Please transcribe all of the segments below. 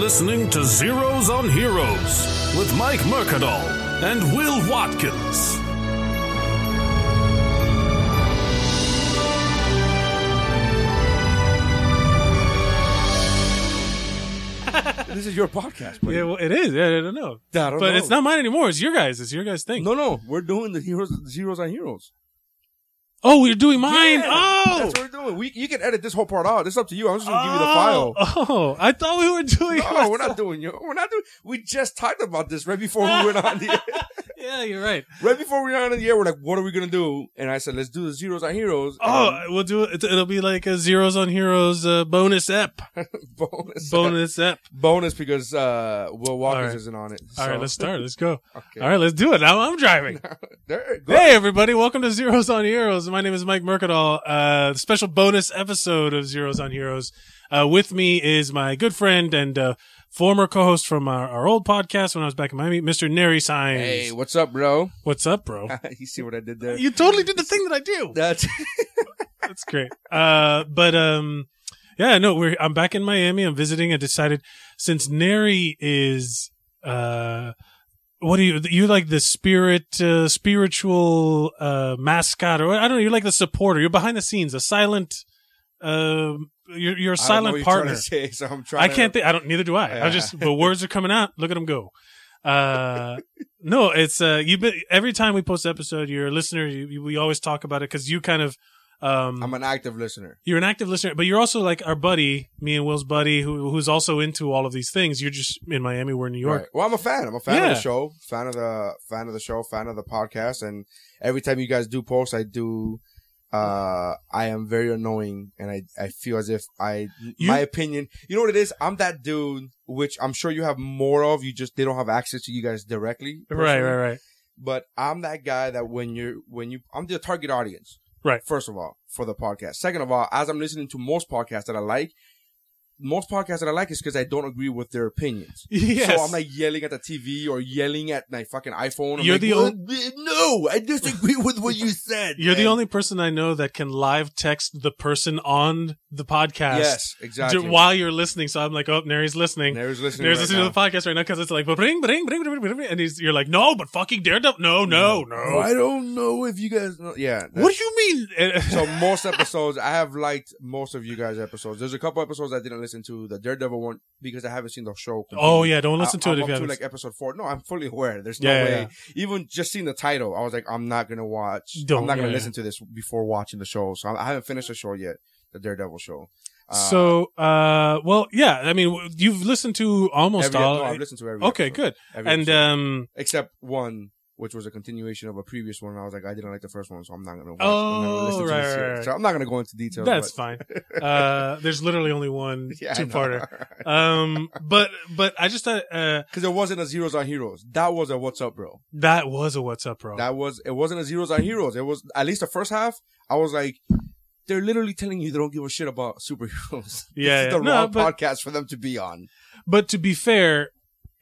listening to Zeros on Heroes with Mike Mercadal and Will Watkins. This is your podcast, buddy. Yeah, well, it is. Yeah, I don't know. I don't but know. it's not mine anymore. It's your guys. It's your guys' thing. No, no, we're doing the heroes, zeros on heroes. Oh, you're doing mine. Yeah, oh, that's what we're doing. We, you can edit this whole part out. It's up to you. I'm just gonna give you the file. Oh, oh, I thought we were doing. No, we're not doing you. We're not doing. We just talked about this right before we went on the air. Yeah, you're right. right before we went on the air. We're like, what are we gonna do? And I said, let's do the zeros on heroes. Oh, Um, we'll do it. It'll be like a zeros on heroes uh, bonus app. and bonus, Bonus app. bonus because uh, Will Walkers right. isn't on it. All right, so- let's start. Let's go. Okay. All right, let's do it. Now I'm driving. There, go. Hey everybody, welcome to Zeros on Heroes. My name is Mike Mercadal. Uh special bonus episode of Zeros on Heroes. Uh with me is my good friend and uh former co-host from our, our old podcast when I was back in Miami, Mr. Neri Sines. Hey, what's up, bro? What's up, bro? you see what I did there? you totally did the thing that I do. That's That's great. Uh but um yeah, no, we're I'm back in Miami. I'm visiting. I decided since Neri is uh what do you you're like the spirit uh, spiritual uh mascot or I don't know, you're like the supporter. You're behind the scenes, a silent uh you're you're a I don't know what silent you're partner. trying to say, so I'm trying. I to- can't think I don't neither do I. I Yeah. just the words are coming out. Look at them go. Uh no, it's uh you've been every time we post an episode, you're a listener, you, you, we always talk about it cuz you kind of um I'm an active listener. you're an active listener, but you're also like our buddy, me and Will's buddy, who who's also into all of these things. You're just in Miami, we're in New York. Right. Well, I'm a fan. I'm a fan of Yeah. the show, fan of the fan of the show, fan of the podcast. And every time you guys do post, I do. Uh, I am very annoying, and I I feel as if I You- my opinion. You know what it is? I'm that dude, which I'm sure you have more of. You just they don't have access to you guys directly. Right, personally. right, right. But I'm that guy that when you're when you I'm the target audience. Right. First of all, for the podcast. Second of all, as I'm listening to most podcasts that I like, most podcasts that I like is because I don't agree with their opinions. Yes. So I'm like yelling at the TV or yelling at my fucking iPhone. I'm You're like, the "What? no, I disagree with what you said. You're the man." only person I know that can live text the person on the podcast Yes, exactly. d- while you're listening. So I'm like, oh, Nary's listening. Nary's listening. Nary's right listening now. to the podcast right now because it's like, bring, bring, bring, bring, bring, and he's, you're like, no, but fucking Daredevil, no, no, no. I don't know if you guys know. Yeah. that's- What do you mean? so most episodes, I have liked most of you guys' episodes. There's a couple episodes I didn't listen to, the Daredevil one, because I haven't seen the show. completely. oh yeah, don't listen to I, it if I'm you up to haven't. like episode four. No, I'm fully aware. There's Yeah, no yeah, way. Even just seeing the title, I was like, I'm not gonna watch. Don't- I'm not gonna yeah, listen to this before watching the show. So I, I haven't finished the show yet, the Daredevil show. Uh, so, uh, well, yeah, I mean, w- you've listened to almost every, all. no, I've listened to every. okay, episode. good. Every And episode. um, except one, which was a continuation of a previous one. I was like, I didn't like the first one, so I'm not gonna. Watch, I'm not gonna Oh, listen to right, this right, yet. right. So I'm not gonna go into details. that's but, fine. Uh, there's literally only one Yeah, two-parter. Um, but but I just thought uh, Because it wasn't a zeros on heroes. That was a what's up, bro. that was a what's up, bro. That was it wasn't a zeros on heroes. It was at least the first half. I was like, they're literally telling you they don't give a shit about superheroes. Yeah, this is yeah. the No, wrong but- podcast for them to be on. but to be fair,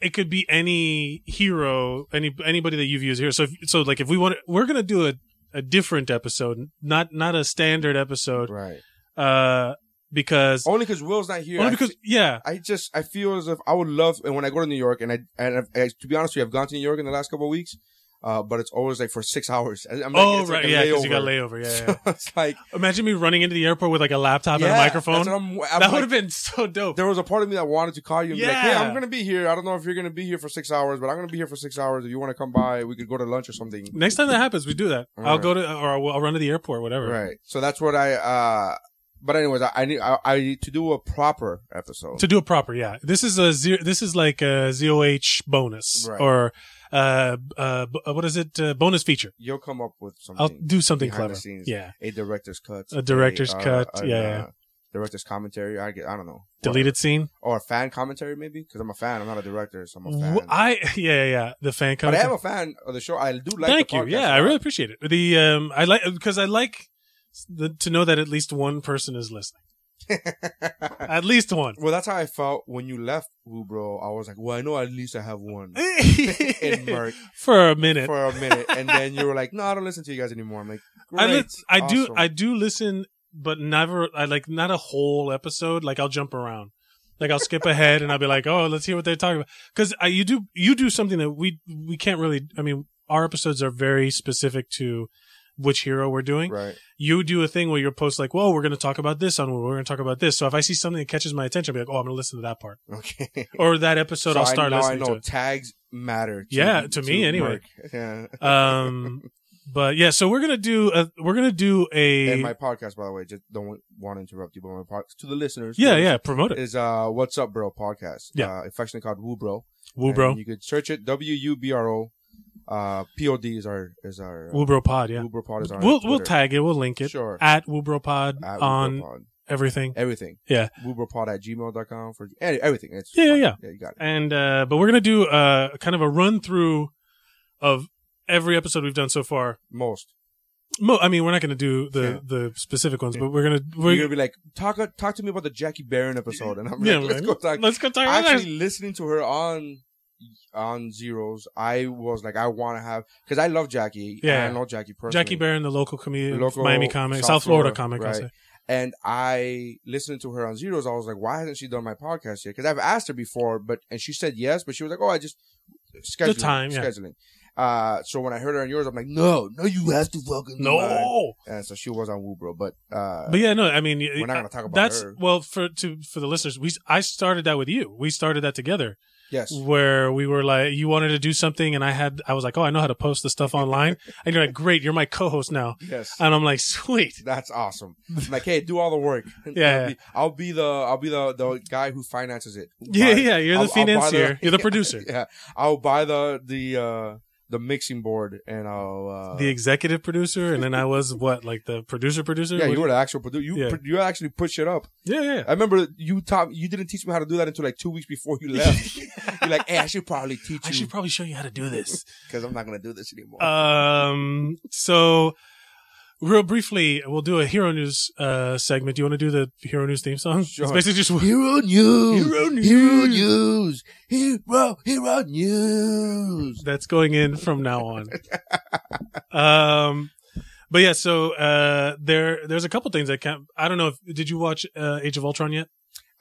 it could be any hero, any anybody that you've used here. So if, so like if we want, we're gonna do a a different episode, not not a standard episode, Right. Oh, uh, because Only because Will's not here. only I because yeah, I just I feel as if I would love and when I go to New York and I and I've, I, to be honest with you I've gone to New York in the last couple of weeks, uh, but it's always like for six hours. I, I'm like, oh it's right, like a yeah, because you got layover. layover. Yeah, yeah. it's like imagine me running into the airport with like a laptop and yeah, a microphone. that's what I'm- that I'm like, would have been so dope. there was a part of me that wanted to call you and be like, "Hey, Yeah. I'm gonna be here. I don't know if you're gonna be here for six hours, but I'm gonna be here for six hours. If you want to come by, we could go to lunch or something." Next time that happens, we do that. All I'll right. go to or I'll, I'll run to the airport, whatever. Right. So that's what I. uh But anyways, I, I need I, I need to do a proper episode. To do it proper, yeah. This is a zero, this is like a ZOH bonus Right. or uh, uh, b- uh, what is it? Uh, bonus feature. You'll come up with I'll something. do something behind clever. the scenes. Yeah. a director's cut. A director's cut, an, yeah, yeah. uh, director's commentary. I get. I don't know. Deleted scene. Or a fan commentary, maybe, because I'm a fan. I'm not a director, so I'm a fan. Wh- I yeah yeah, yeah. The fan but I comment. am a fan of the show. I do like. Thank the you. podcast Yeah, a I really lot. appreciate it. The um, I like because I like the, to know that at least one person is listening. At least one. Well, that's how I felt when you left, Woo, bro. I was like, well, I know at least I have one in Merc For a minute. for a minute, and then you were like, no, I don't listen to you guys anymore. I'm like, I, great, li- I do awesome. I do listen, but never I like not a whole episode. Like I'll jump around. Like I'll skip ahead and I'll be like, oh, let's hear what they're talking about. Because you do you do something that we we can't really. I mean, our episodes are very specific to which hero we're doing. Right. You do a thing where you post like, whoa, we're going to talk about this on. We're going to talk about this. So if I see something that catches my attention, I'll be like, oh, I'm going to listen to that part Okay. or that episode. I'll I- start now I listening know to it. tags matter. To, Yeah, to me anyway. Merc. Yeah. Um, but yeah, so we're gonna do a we're gonna do a and my podcast, by the way, just don't want to interrupt you, but my podcast to the listeners. yeah is, yeah promote it. Is uh, what's up, bro? Podcast. Yeah. Uh, affectionately called Woo Bro. Woo And bro, You could search it. W U B R O. Uh, P O D is our is our uh, Woo bro pod. Yeah, Woo Bro Pod is on. we'll Twitter. we'll tag it. We'll link it Sure. at Woo bro pod At Woo Bro on Pod. everything. everything. Yeah. WooBroPod at gmail.com for any- everything. It's Yeah, yeah, fine. yeah. Yeah, you got it. And uh, but we're gonna do uh kind of a run through of every episode we've done so far. Most. Mo- I mean, we're not gonna do the Yeah. the specific ones, Yeah. but we're gonna You're we're going to be like, talk talk to me about the Jackie Barron episode. And I'm yeah, like, let's man. go talk. let's go talk about that. Actually, listening to her on on Zeros, I was like, I want to have, because I love Jackie. Yeah. And I know Jackie personally. Jackie Barron, the local comedian, Local Miami comic, South, Florida, comic. I'll right. say. And I listened to her on Zeros. I was like, why hasn't she done my podcast yet? Because I've asked her before, but and she said yes, but she was like, oh, I just scheduling, time, yeah. scheduling. Uh, so when I heard her on yours, I'm like, no, no, you have to fucking do mine. No, And so she was on Woo Bro, but uh, but yeah, no. I mean, we're not gonna talk about that's her. well for to for the listeners. We I started that with you. We started that together, yes, where we were like, you wanted to do something, and I had, I was like, oh, I know how to post the stuff online, and you're like, great, you're my co-host now, yes, and I'm like, sweet, that's awesome. I'm like, hey, do all the work. Yeah. I'll be, I'll be the I'll be the the guy who finances it. Who yeah, buys- yeah, you're the I'll- I'll buy the- financier, you're the producer, yeah. I'll buy the the uh the mixing board and I'll uh, the executive producer, and then I was what, like the producer producer, yeah, you were the actual producer. You Yeah. pro- you actually put shit up. yeah, yeah. I remember you taught you didn't teach me how to do that until like two weeks before you left. You're like, hey, I should probably teach I you should Uh, probably show you how to do this. because I'm not gonna do this anymore. um, so. Real briefly, we'll do a hero news uh, segment. Do you want to do the hero news theme song? Sure. It's basically just Hero news. Hero Hero news. Hero. Hero news. That's going in from now on. um, but yeah, so uh, there there's a couple things I can't. I don't know if did you watch uh, Age of Ultron yet?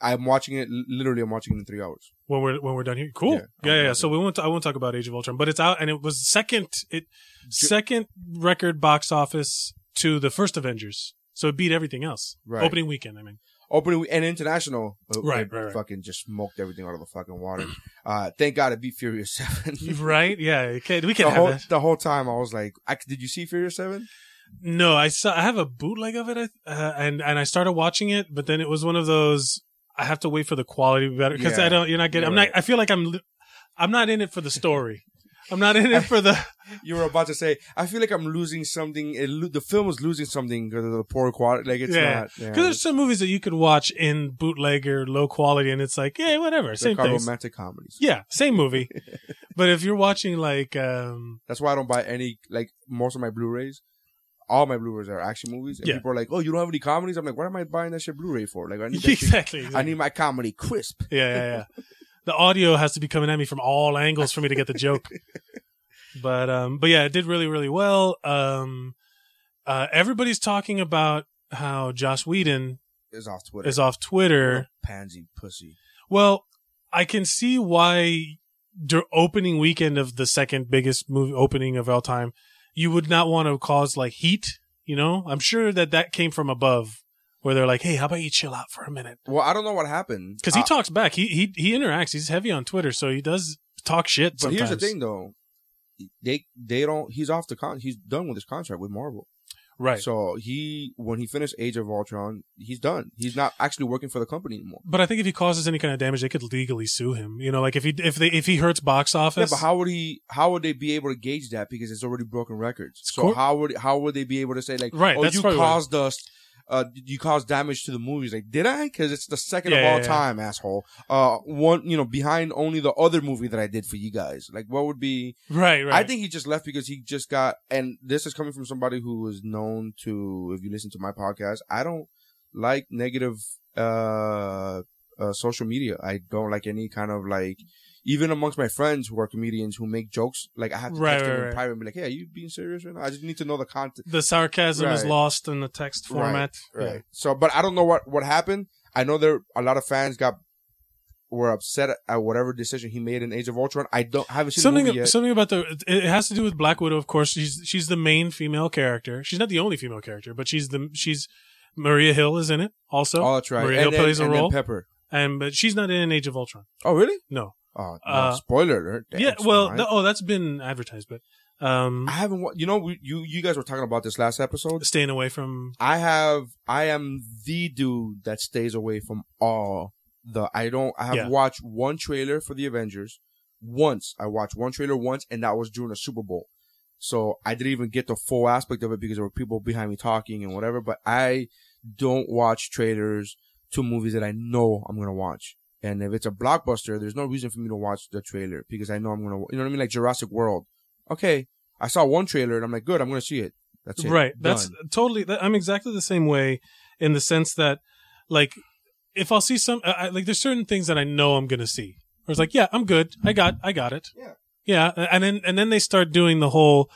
I'm watching it. Literally, I'm watching it in three hours. When we're when we're done here, cool. Yeah, Yeah, I'm yeah. yeah. watching So we won't. I won't talk about Age of Ultron, but it's out, and it was second. It Ju- second record box office to the first Avengers, so it beat everything else. Right. Opening weekend, I mean. Opening and international. uh, Right, uh, right, right. Fucking just smoked everything out of the fucking water. Uh, thank God it beat Furious Seven. right? Yeah. you can't- we can't the have whole that. the whole time I was like, I, did you see Furious Seven? No, I saw. I have a bootleg of it, I- uh, and and I started watching it, but then it was one of those. I have to wait for the quality to be better because Yeah. I don't. You're not getting. I'm You're not. I feel like I'm. li- I'm not in it for the story. I'm not in it for the. You were about to say, I feel like I'm losing something. It, lo- the film is losing something because of the poor quality. Like it's Yeah. not. Yeah, Because there's some movies that you could watch in bootleg or low quality, and it's like, yeah, whatever, they're same called thing. romantic comedies. Yeah, same movie. but if you're watching like, um That's why I don't buy any like most of my Blu-rays. All my Blu-rays are action movies, and Yeah. people are like, "Oh, you don't have any comedies." I'm like, "What am I buying that shit Blu-ray for?" Like, I need, that shit, exactly, I exactly. need my comedy crisp. yeah, yeah, yeah. The audio has to be coming at me from all angles for me to get the joke. but um but yeah, it did really really well. Um uh everybody's talking about how Joss Whedon Is off Twitter. is off Twitter. Little pansy pussy. Well, I can see why the opening weekend of the second biggest movie opening of all time, you would not want to cause like heat, you know? I'm sure that that came from above where they're like, "Hey, how about you chill out for a minute?" Well, I don't know what happened Because he Uh, talks back. He he he interacts. He's heavy on Twitter, so he does talk shit. But sometimes. here's the thing, though. They they don't. He's off the con. He's done with his contract with Marvel. right? So he when he finished Age of Ultron, he's done. He's not actually working for the company anymore. but I think if he causes any kind of damage, they could legally sue him. You know, like if he if they if he hurts box Yeah, office, but how would he? How would they be able to gauge that because it's already broken records? So Score- how would how would they be able to say like, Right, oh, that's you probably what- caused us, uh, you caused damage to the movies? Like, did I? Because it's the second of Yeah, all yeah, yeah. time, asshole. Uh, one, you know, behind only the other movie that I did for you guys. Like, what would be? right? Right. I think he just left because he just got, and this is coming from somebody who is known to, if you listen to my podcast, I don't like negative, uh, uh, social media. I don't like any kind of like, even amongst my friends who are comedians who make jokes, like I have to Right, text them right, in right. private and be like, hey, are you being serious right now? I just need to know the content. the sarcasm is Right. lost in the text Right, format. So, but I don't know what, what happened. I know there, a lot of fans got were upset at whatever decision he made in Age of Ultron. I don't I haven't seen the movie something yet. something about the it has to do with Black Widow, of course. She's she's the main female character. She's not the only female character, but she's the she's Maria Hill is in it also, oh, that's right. Maria and then, plays a and then role. Pepper. and but she's not in Age of Ultron. Oh, really? No, Oh, no, Uh, spoiler alert. Damn, yeah, well, Smite. th- oh, that's been advertised, but um, I haven't. wa- You know, we, you you guys were talking about this last episode. staying away from I have. I am the dude that stays away from all the. I don't. I have Yeah. watched one trailer for the Avengers. Once I watched one trailer once, and that was during the Super Bowl. So I didn't even get the full aspect of it because there were people behind me talking and whatever. But I don't watch trailers to movies that I know I'm gonna watch. And if it's a blockbuster, there's no reason for me to watch the trailer because I know I'm gonna. You know what I mean? Like Jurassic World. Okay, I saw one trailer and I'm like, good, I'm gonna see it. That's it. right. That's Done. totally. That, I'm exactly the same way in the sense that, like, if I'll see some, I, I, like, there's certain things that I know I'm gonna see. Or it's like, yeah, I'm good. I got, I got it. Yeah. Yeah, a- and then and then they start doing the whole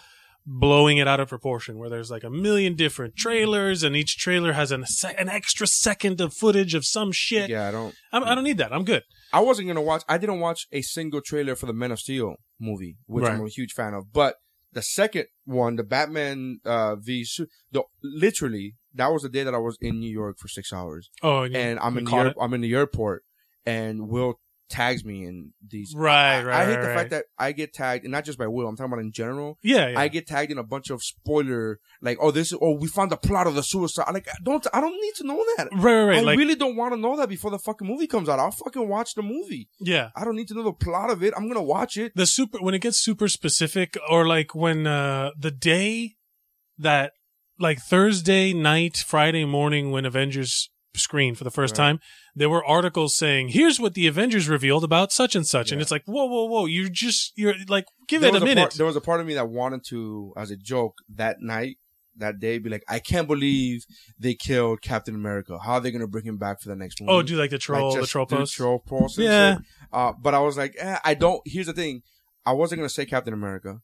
blowing it out of proportion, where there's like a million different trailers, and each trailer has an se- an extra second of footage of some shit. yeah, I don't. I'm, I don't need that. I'm good. I wasn't gonna watch. I didn't watch a single trailer for the Men of Steel movie, which I'm a huge fan of. But the second one, the Batman uh, v Su- the literally that was the day that I was in New York for six hours, Oh, you- and I'm you in the caught air- it? I'm in the airport, and Will tags me in these. Right, I- right. I hate right, the right. fact that I get tagged, and not just by Will. I'm talking about in general. yeah, yeah. I get tagged in a bunch of spoiler, like, oh, this, is, oh, we found the plot of the suicide. Like, I don't, I don't need to know that. right, right, right. I like, really don't want to know that before the fucking movie comes out. I'll fucking watch the movie. yeah. I don't need to know the plot of it. I'm gonna watch it. the super when it gets super specific or like when uh the day that like Thursday night, Friday morning when Avengers screened for the first Right. time, there were articles saying, "Here's what the Avengers revealed about such and such." And Yeah. it's like, "Whoa, whoa, whoa, you just you're like give There it was a minute." Part, there was a part of me that wanted to, as a joke, that night, that day, be like, I can't believe they killed Captain America. How are they gonna bring him back for the next movie? oh, do like the troll, Like, the just troll do post. troll posts and Yeah. shit. Uh, but I was like, eh, I don't. Here's the thing. I wasn't gonna say Captain America.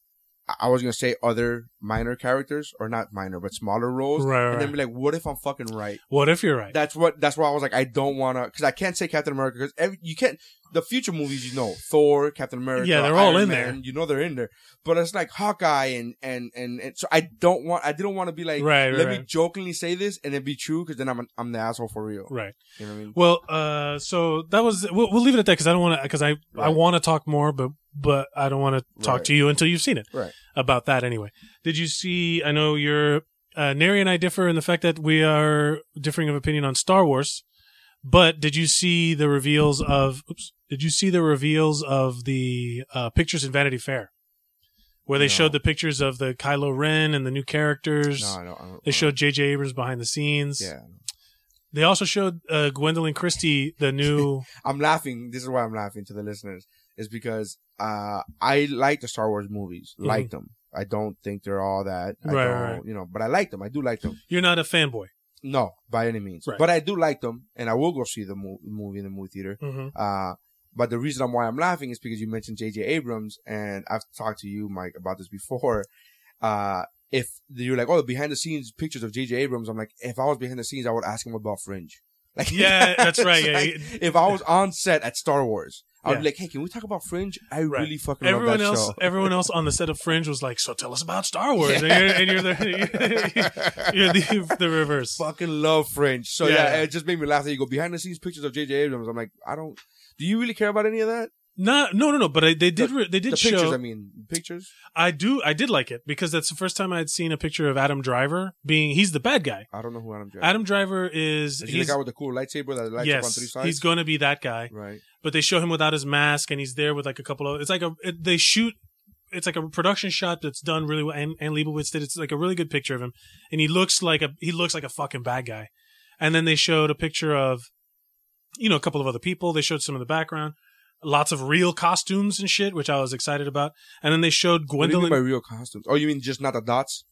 I- I was gonna say other minor characters, or not minor, but smaller roles, Right, right, and then right. be like, "What if I'm fucking right?" What if you're right? That's what. That's why I was like, I don't want to, because I can't say Captain America because you can't. The future movies, you know, Thor, Captain America, Yeah, they're all Iron in Man, there. You know, they're in there. But it's like Hawkeye and and and, and so I don't want. I didn't want to be like, Right, right, let me right. jokingly say this and it be true because then I'm an, I'm the asshole for real. right. You know what I mean? Well, uh so that was we'll, we'll leave it at that cuz I don't want to cuz I I Right. want to talk more but but I don't want to talk Right. to you until you've seen it. Right. about that anyway. Did you see? I know you're uh, Neri and I differ in the fact that we are differing of opinion on Star Wars, but did you see the reveals of? Oops, did you see the reveals of the uh, pictures in Vanity Fair, where they No. showed the pictures of the Kylo Ren and the new characters? No, I don't. I don't They showed J.J. Abrams behind the scenes. Yeah, They also showed uh, Gwendolyn Christie, the new. I'm laughing. This is why I'm laughing to the listeners is because uh I like the Star Wars movies, Mhm. like them. I don't think they're all that. I Right, don't, right, You know, but I like them. I do like them. You're not a fanboy. No, by any means. Right. But I do like them, and I will go see the mo- movie in the movie theater. Mm-hmm. Uh, but the reason why I'm laughing is because you mentioned J.J. Abrams, and I've talked to you, Mike, about this before. Uh, if you're like, oh, behind the scenes pictures of J.J. Abrams, I'm like, if I was behind the scenes, I would ask him about Fringe. Like, Yeah, that's right, it's yeah, like, you- if I was on set at Star Wars, I would be Yeah. like, hey, can we talk about Fringe? I Right. really fucking love Everyone that else, show. everyone else on the set of Fringe was like, "So tell us about Star Wars," and, you're, and you're the you're the, the reverse. fucking love Fringe. So yeah. Yeah. it just made me laugh that you go behind the scenes pictures of J.J. Abrams. I'm like, I don't. Do you really care about any of that? Not, no, no, no. But I, they did. re- they did The show. pictures, I mean, pictures. I do. I did like it because that's the first time I had seen a picture of Adam Driver being. He's the bad guy. I don't know who Adam Driver. Adam Driver is. is he he's, the guy with the cool lightsaber that lights up on three yes, sides? he's going to be that guy. right. But they show him without his mask, and he's there with like a couple of. It's like a. It, they shoot. It's like a production shot that's done really well, and, and Leibowitz did. It's like a really good picture of him, and he looks like a he looks like a fucking bad guy. And then they showed a picture of, you know, a couple of other people. They showed some of the background, lots of real costumes and shit, which I was excited about. And then they showed What do you mean Gwendolyn by real costumes? Oh, you mean just not the dots?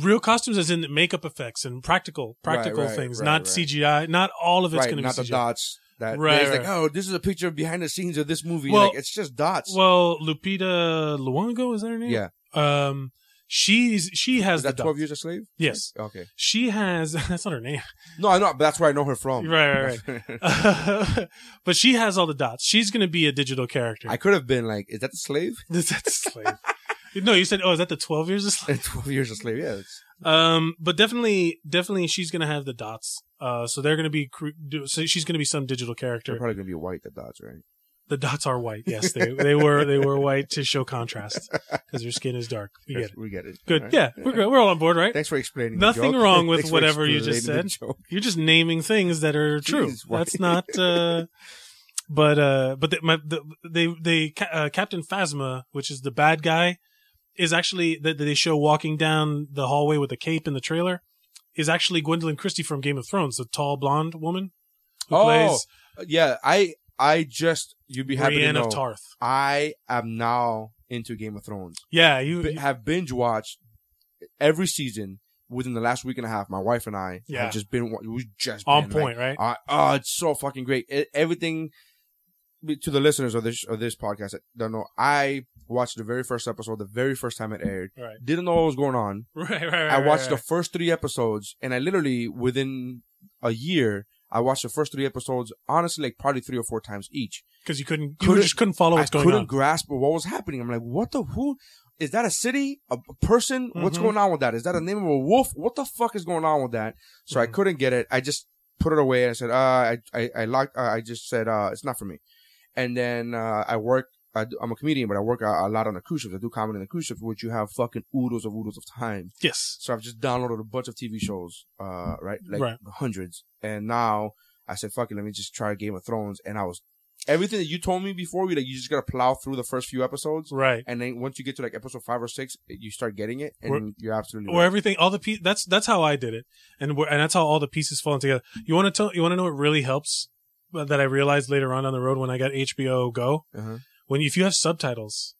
real costumes as in makeup effects and practical Right, practical right, things, right, not right. CGI. Not all of it's right, going not to the be CGI. dots. That Right, It's like, right. oh, this is a picture of behind the scenes of this movie. Well- like, it's just dots. Well, Lupita Luongo is that her name? yeah. Um, She's she has Is that the twelve dog. years a slave? Yes, Okay. she has. That's not her name. No, I know, but that's where I know her from. Right, right, but she has all the dots. She's gonna be a digital character. I could have been like, is that the slave? Is that the slave? no, you said, oh, is that the 12 years of slave? twelve years a slave. Yeah. It's, Um, but definitely, definitely she's going to have the dots. Uh, so they're going to be, cre- do- so she's going to be some digital they're character. probably gonna be white. The dots, right? The dots are white. Yes, they, they were, they were white to show contrast because her skin is dark. We get it. We get it. Good. All right. Yeah. We're good. We're all on board, right? Thanks for explaining. the Nothing joke. wrong with Thanks for whatever you just explaining the joke. You're just naming things that are true. Jeez, why- That's not, uh, but, uh, but the, my, the, they, they, Ca- uh, Captain Phasma, which is the bad guy, is actually, that they show walking down the hallway with a cape in the trailer, is actually Gwendolyn Christie from Game of Thrones, the tall blonde woman who Oh, plays Yeah, I, I just you'd be happy to Brienne know. of Tarth. I am now into Game of Thrones. Yeah. You, B- you- have binge watched every season within the last week and a half. My wife and I Yeah. have just been wa- we've just on been, like, point, right? I, oh, it's so fucking great. E- everything to the listeners of this of this podcast that don't know, I watched the very first episode the very first time it aired. Right. Didn't know what was going on. Right, right, right. I right, watched the right. first three episodes, and I literally within a year. I watched the first three episodes, honestly, like probably three or four times each. because you couldn't, you couldn't- just couldn't follow what's I going couldn't on. grasp what was happening. I'm like, what the who? Is that a city? A a person? What's Mhm. going on with that? Is that a name of a wolf? What the fuck is going on with that? So I Mhm. couldn't get it. I just put it away and I said, uh, I, I, I locked, uh, I just said, uh, it's not for me. And then, uh, I work, I do, I'm a comedian, but I work a, a lot on the cruise ships. I do comedy on the cruise ships, which you have fucking oodles of oodles of time. Yes. So I've just downloaded a bunch of TV shows, uh, right? Like Right. hundreds. And now I said, fuck it, let me just try Game of Thrones. And I was, everything that you told me before, we like, you just gotta plow through the first few episodes. Right. And then once you get to like episode five or six, you start getting it and Where- you're absolutely where right. everything all the piece that's that's how I did it and where, and that's how all the pieces fall together. You want to tell you want to know what really helps uh, that I realized later on on the road when I got HBO Go Uh-huh. when if you have subtitles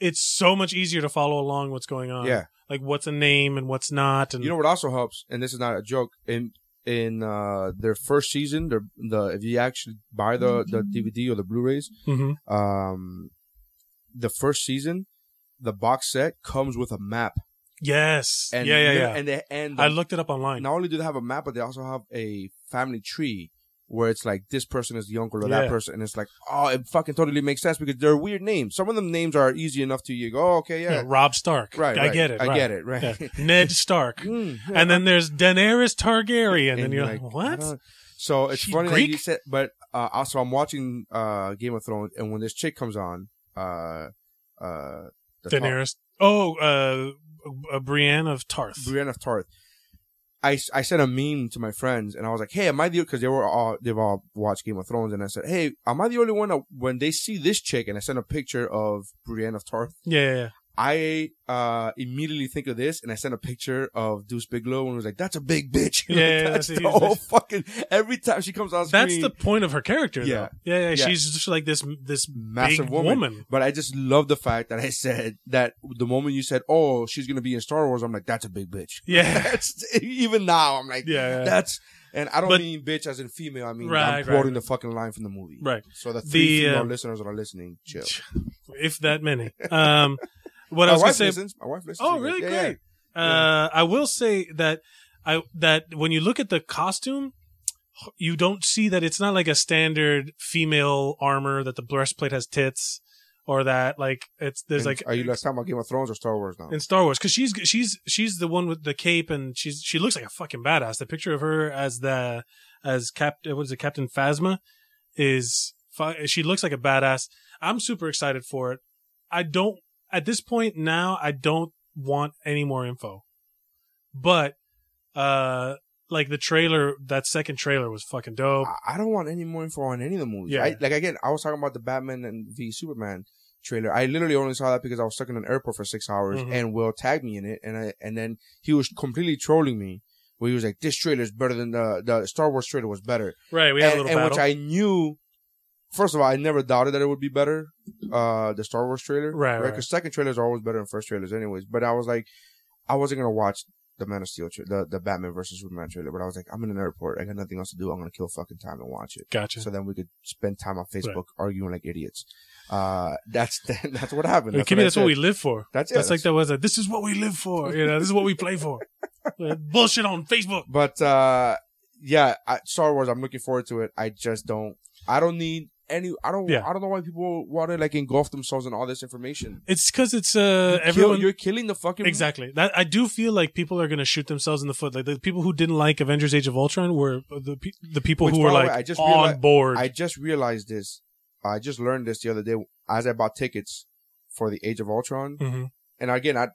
it's so much easier to follow along what's going on. Yeah. Like what's a name and what's not and You know what also helps, and this is not a joke. In in uh, their first season, their, the if you actually buy the Mm-hmm. the DVD or the Blu-rays, Mhm. um, the first season, the box set comes with a map. Yes. yeah, yeah, li- yeah. And they, and the, I looked it up online. not only do they have a map, but they also have a family tree where it's like this person is the uncle of that Yeah. person, and it's like oh, it fucking totally makes sense because they're weird names. Some of them names are easy enough to you go, oh, okay, Yeah, yeah, Rob Stark. right, I right, get it. I right. get it, right. Yeah. Ned Stark. Mm, yeah. and then there's Daenerys Targaryen and, you're like, I "What?" don't- uh, So it's She funny that you Greek? said, but uh, also I'm watching uh, Game of Thrones, and when this chick comes on, uh, uh, the Tar- Daenerys. Oh, uh, uh, Brienne of Tarth. Brienne of Tarth. I, s- I sent a meme to my friends and I was like, hey, am I the because they were all they've all watched Game of Thrones and I said, hey, am I the only one that when they see this chick and I sent a picture of Brienne of Tarth, Yeah, yeah, yeah. I uh immediately think of this and I sent a picture of Deuce Bigelow and was like, that's a big bitch. Yeah, yeah, that's that's- the whole fucking every time she comes on screen, That's the point of her character. Yeah. though. yeah, yeah. Yeah. She's just like this, this massive big woman. woman. But I just love the fact that I said that the moment you said, "Oh, she's gonna be in Star Wars," I'm like, "That's a big bitch." Yeah, That's even now. I'm like, yeah. yeah. That's and I don't But- mean bitch as in female. I mean Right, I'm right, right. quoting the fucking line from the movie. Right. So the three The, female uh, listeners that are listening, chill. If that many. Um, what my I was wife gonna say. listens. My wife listens. Oh, to it. really? Yeah, yeah. Great. Uh, I will say that I that when you look at the costume, you don't see that it's not like a standard female armor that the breastplate has tits or that like it's there's And like are you like talking about Game of Thrones or Star Wars now? in Star Wars because she's she's she's the one with the cape and she's she looks like a fucking badass. The picture of her as the as cap uh, what is it Captain Phasma is fi- she looks like a badass. I'm super excited for it. I don't at this point now I don't want any more info, but uh like the trailer that second trailer was fucking dope. I, I don't want any more info on any of the movies. Yeah. I, like again, I was talking about the Batman and the Superman trailer. I literally only saw that because I was stuck in an airport for six hours, Mhm. and Will tagged me in it, and I and then he was completely trolling me. Where he was like, "This trailer is better than the the Star Wars trailer was better." Right, we had and, a little and battle. which I knew. First of all, I never doubted that it would be better. Uh, the Star Wars trailer, Right, right. Because second trailers are always better than first trailers, anyways. But I was like, I wasn't gonna watch the Man of Steel, tra- the the Batman versus Superman trailer. But I was like, I'm in an airport. I got nothing else to do. I'm gonna kill fucking time and watch it. gotcha. So then we could spend time on Facebook arguing like idiots. Uh, that's that's what happened. That's Kimmy, I that's what said. we live for. That's it. That's like that was like, this is what we live for. You know, this is what we play for. Bullshit on Facebook. But uh, yeah, I, Star Wars. I'm looking forward to it. I just don't. I don't need any. I don't. Yeah. I don't know why people want to like engulf themselves in all this information. It's because it's uh Kill- everyone. you're killing the fucking Exactly. That I do feel like people are going to shoot themselves in the foot. Like the people who didn't like Avengers: Age of Ultron were the pe- the people Which, who were by the like way, I just on realized- board. I just realized this. I just learned this the other day as I bought tickets for the Age of Ultron. hmm And again, I,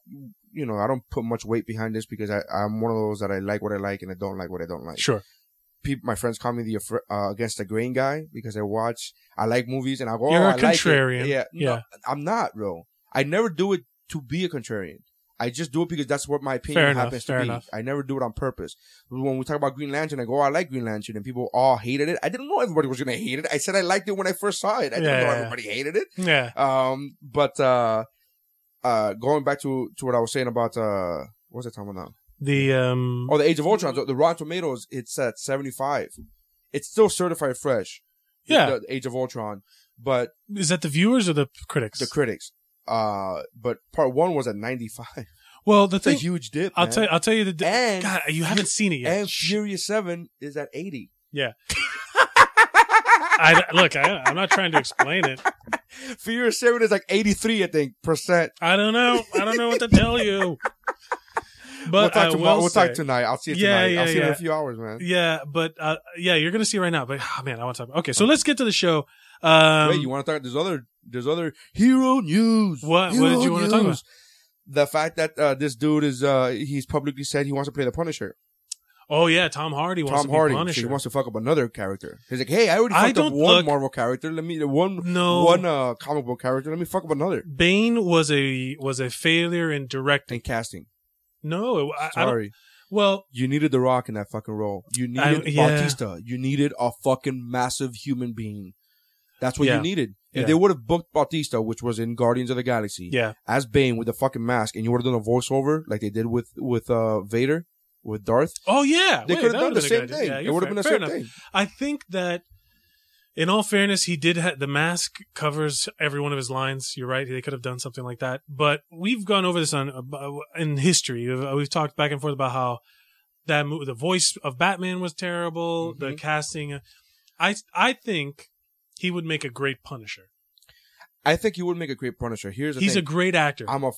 you know, I don't put much weight behind this because I, I'm one of those that I like what I like and I don't like what I don't like. Sure. People, my friends call me the affr- uh, against the grain guy because I watch, I like movies and I go, You're oh, a I like it." contrarian. Yeah, no, Yeah. I'm not, bro. I never do it to be a contrarian. I just do it because that's what my opinion Fair enough, happens fair to be. enough. I never do it on purpose. When we talk about Green Lantern, I go, I like Green Lantern, and people all hated it. I didn't know everybody was gonna hate it. I said I liked it when I first saw it. Yeah, I didn't know yeah, yeah. everybody hated it. Yeah. Um, but uh, uh, going back to to what I was saying about uh, what was I talking about now? The um. Oh, the Age of Ultron. The Rotten Tomatoes, it's at seventy five. It's still certified fresh. Yeah. the Age of Ultron, but is that the viewers or the critics? the critics. Uh, but part one was at ninety five. well, the It's a thing huge dip. I'll man. tell you, I'll tell you the di- And- God, you haven't seen it yet. And Furious Seven is at eighty. Yeah. I, look, I, I'm not trying to explain it. Furious Seven is like eighty three, I think, percent. I don't know. I don't know what to tell you. But we'll I talk, will tomorrow. we'll say- talk tonight. I'll see you Yeah, tonight. yeah, I'll see you in yeah. a few hours, man. Yeah, but uh, yeah, you're gonna see it right now. But oh, man, I want to talk. Okay, so let's get to the show. Um, Wait, you want to talk? There's other there's other hero news. What- what did Hero you wanna talk about? news. The fact that uh, this dude is uh, he's publicly said he wants to play the Punisher. oh yeah, Tom Hardy wants Tom to be Hardy. So Punisher. he wants to fuck up another character. He's like, hey, I already I fucked up don't one look- Marvel character. Let me one No. one uh, comic book character. Let me fuck up another. Bane was a was a failure in directing. And casting. No, I, I don't, Sorry. well, You needed The Rock in that fucking role. You I- needed yeah. Bautista. You needed a fucking massive human being. That's what Yeah. you needed. If Yeah. they would have booked Bautista, which was in Guardians of the Galaxy, yeah, as Bane with the fucking mask, and you would have done a voiceover like they did with with uh, Vader, with Darth, oh yeah, they Wait, could that have done the would've been a same good idea. thing. Yeah, it you're would have fair- been the fair same enough. thing. I think that. In all fairness, he did ha- the mask covers every one of his lines. You're right; they could have done something like that. But we've gone over this on uh, in history. We've, we've talked back and forth about how that mo- the voice of Batman was terrible. The Mhm. casting, I I think he would make a great Punisher. I think you would make a great Punisher. Here's the He's a thing. great actor. I'm a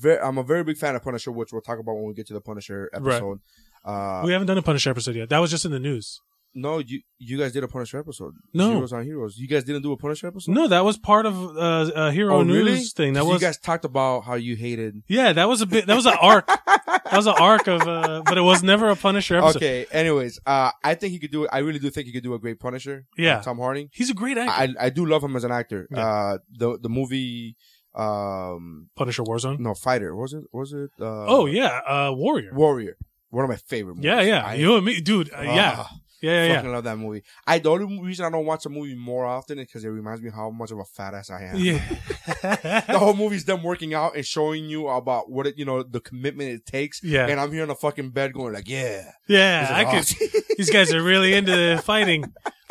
very I'm a very big fan of Punisher, which we'll talk about when we get to the Punisher Right. episode. Uh, we haven't done a Punisher episode yet. That was just in the news. no, you you guys did a Punisher episode. No. Heroes on Heroes. You guys didn't do a Punisher episode. No, that was part of uh, uh Hero Oh, News really? thing. That So was you guys talked about how you hated. yeah. That was a bit. That was an arc. that was an arc of. Uh, but it was never a Punisher episode. Okay. Anyways, uh, I think he could do. it. I really do think he could do a great Punisher. Yeah, Tom Hardy. he's a great actor. I I do love him as an actor. Yeah. Uh, the the movie, um, Punisher Warzone. no fighter was it was it? Uh, oh yeah, uh, Warrior. Warrior. One of my favorite. movies. yeah, yeah. I- you and me, dude. Uh, yeah, Ah, yeah, yeah, Fucking love that movie. I the only reason I don't watch a movie more often is because it reminds me how much of a fat ass I am. yeah. The Yeah. whole movie's them working out and showing you about what it, you know, the commitment it takes. Yeah. And I'm here on the fucking bed going like, yeah. yeah, It's I like, could. "Oh." These guys are really into fighting.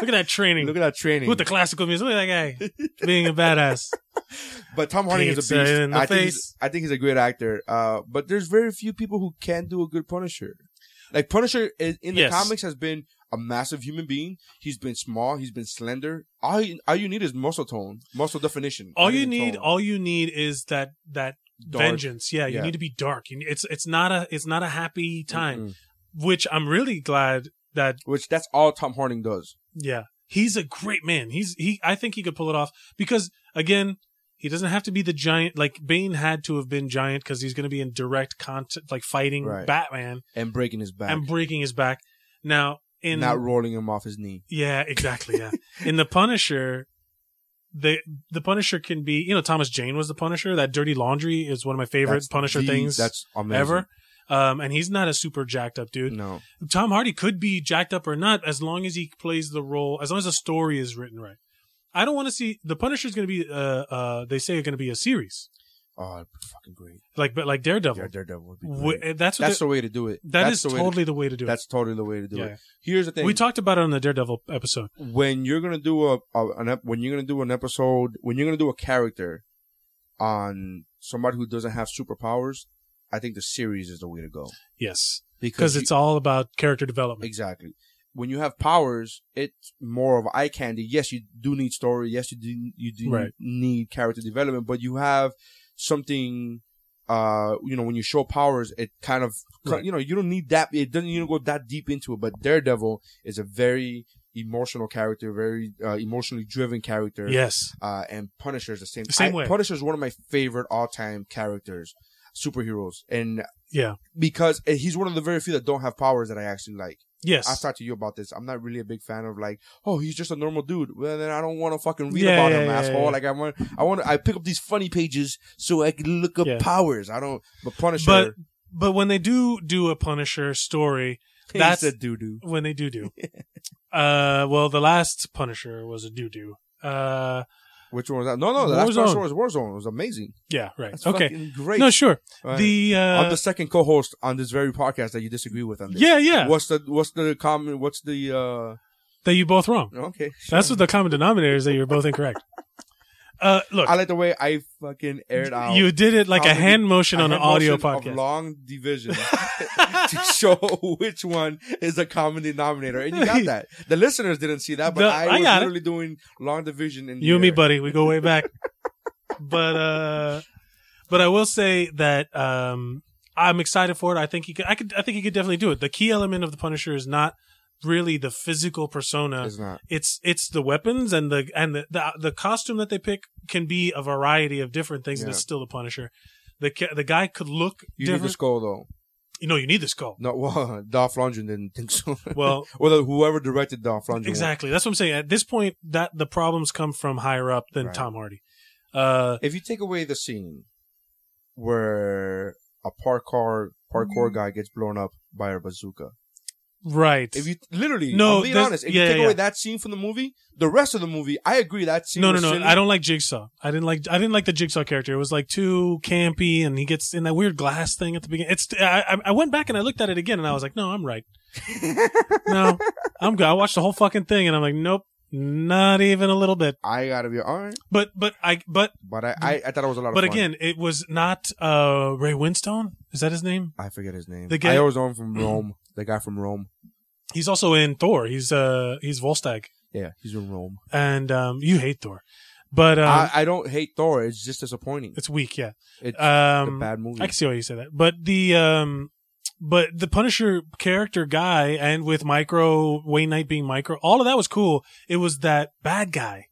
Look at that training. Look at that training. With the classical music, look at that guy being a badass. but Tom Hardy is a beast. Pizza uh, in the I, Think he's, face. I think he's a great actor. Uh, but there's very few people who can do a good Punisher. Like Punisher is, in the Yes. comics has been a massive human being. He's been small. He's been slender. All you, all you need is muscle tone, muscle definition. All not you even need, tone. all you need is that that Dark. vengeance. Yeah, you Yeah. need to be dark. You, ne- it's it's not a it's not a happy time. Mm-mm. Which I'm really glad that Mm-hmm. Which that's all Tom Harding does. yeah he's a great man. He's he I think he could pull it off because again he doesn't have to be the giant like Bane had to have been giant because he's going to be in direct contact like fighting Right. Batman And breaking his back. and breaking his back. Now in not rolling him off his knee. Yeah, exactly. Yeah. In the Punisher, the the Punisher can be you know Thomas Jane was the Punisher. That dirty laundry is one of my favorite That's Punisher the- things That's amazing. ever. Um, and he's not a super jacked up dude. No. Tom Hardy could be jacked up or not as long as he plays the role, as long as the story is written right. I don't want to see the Punisher's going to be uh uh they say it's going to be a series. Oh, it'd be fucking great. Like, but like Daredevil. Yeah, Daredevil would be Wi- great. that's what That's the, the way to do it. that That's is the way to- totally the way to do That's totally the way to do Yeah. it. Here's the it. thing. We talked about it on the Daredevil episode. when you're gonna do a, a an ep- when you're gonna do an episode when you're gonna do a character on somebody who doesn't have superpowers, I think the series is the way to go Yes, because you- it's all about character development. exactly when you have powers, it's more of eye candy. Yes, you do need story. Yes, you do you do Right. need character development, but you have something. Uh, you know, when you show powers, it kind of, Right. you know, you don't need that. It doesn't, you don't go that deep into it, but Daredevil is a very emotional character, very, uh, emotionally driven character Yes, uh, and Punisher is the same. The same I- way. Punisher is one of my favorite all-time characters, superheroes, and yeah, because and he's one of the very few that don't have powers that I actually like. yes. I've talked to you about this. I'm not really a big fan of like, oh, he's just a normal dude. Well, then I don't want to fucking read Yeah, about yeah, him, yeah, asshole. yeah. Like I want, I want, I pick up these funny pages so I can look up Yeah. powers. I don't, but Punisher, But- but when they do do a Punisher story, that's- he's a doo doo. when they do do, uh, well, the last Punisher was a doo doo. Uh, Which one was that? No, no, that's Warzone. Punisher was Warzone. It was amazing. yeah, right. That's okay, fucking great. no, sure. Right. The I'm uh, the second co-host on this very podcast that you disagree with on this. yeah, yeah, What's the what's the common what's the uh that you both wrong. okay. That's what the common denominator is that you're both incorrect. Uh, look, I like the way I fucking aired out you did it like a Comedy- hand motion a on an hand audio motion of podcast. long division to show which one is a common denominator. And you got that. The listeners didn't see that, but No, I, I was got it. literally doing long division in the you and me, air. buddy, we go way back. but uh, but I will say that um, I'm excited for it. I think he could. I could. I think he could definitely do it. The key element of the Punisher is not really the physical persona. It's not. it's it's the weapons and the and the, the the costume that they pick can be a variety of different things, and Yeah. it's still the Punisher. The ca- the guy could look You need the different. skull though. you know, you need the skull. No, well, Dolph Lundgren didn't think so. Well, or the, whoever directed Dolph Lundgren. exactly. That's what I'm saying. At this point, that the problems come from higher up than Right. Tom Hardy. Uh, If you take away the scene where a parkour Mm-hmm. parkour guy gets blown up by a bazooka, right. If you literally, No, no, I'm being that's- honest. If yeah, you take yeah, away yeah. that scene from the movie, the rest of the movie, I agree that scene. no, no, was no. silly. I don't like Jigsaw. I didn't like. I didn't like the Jigsaw character. It was like too campy, and he gets in that weird glass thing at the beginning. It's. I, I- I went back and I looked at it again, and I was like, no, I'm right. no, I'm good. I watched the whole fucking thing, and I'm like, nope, not even a little bit. I gotta be all right, But but I but but I, I, I thought it was a lot of but fun. again, it was not uh Ray Winstone. Is that his name? I forget his name. The The guy- Mm-hmm. guy, I always know him from Rome. the guy from Rome. He's also in Thor. He's uh he's Volstagg, Yeah, he's in Rome. and um you hate Thor, but um, I, I don't hate Thor. It's just disappointing. it's weak. Yeah. It's Um, a bad movie. I can see why you say that. But the um but the Punisher character guy and with micro Wayne Knight being micro, all of that was cool. It was that bad guy.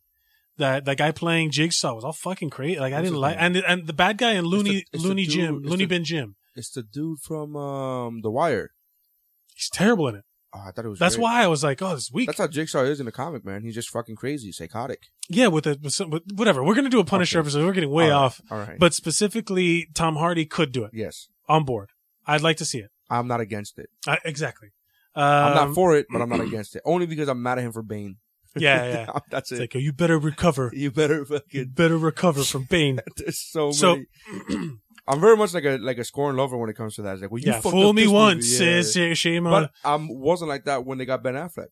That that guy playing Jigsaw was all fucking crazy. Like I What's didn't his like and and the bad guy and Looney it's the Looney dude- Jim, it's Looney the- Bin Jim. It's the dude from um The Wire. He's terrible in it. Oh, I thought it was. That's great. why I was like, oh, this is weak. That's how Jigsaw is in the comic, man. He's just fucking crazy, psychotic. yeah, with a with, some, with whatever. We're gonna do a Punisher Okay. episode. We're getting way All right, off. All right, But specifically, Tom Hardy could do it. yes, On board. I'd like to see it. I'm not against it. I, exactly. Um, I'm not for it, but I'm not against it. Only because I'm mad at him for Bane. yeah, yeah. That's It's it. like, oh, you better recover. you better You fucking. better recover from Bane. There's so, So- many. I'm very much like a like a scorn lover when it comes to that. It's like, well, you yeah, fucked fool up me this once, movie. Yeah. says shame on. But I um, wasn't like that when they got Ben Affleck.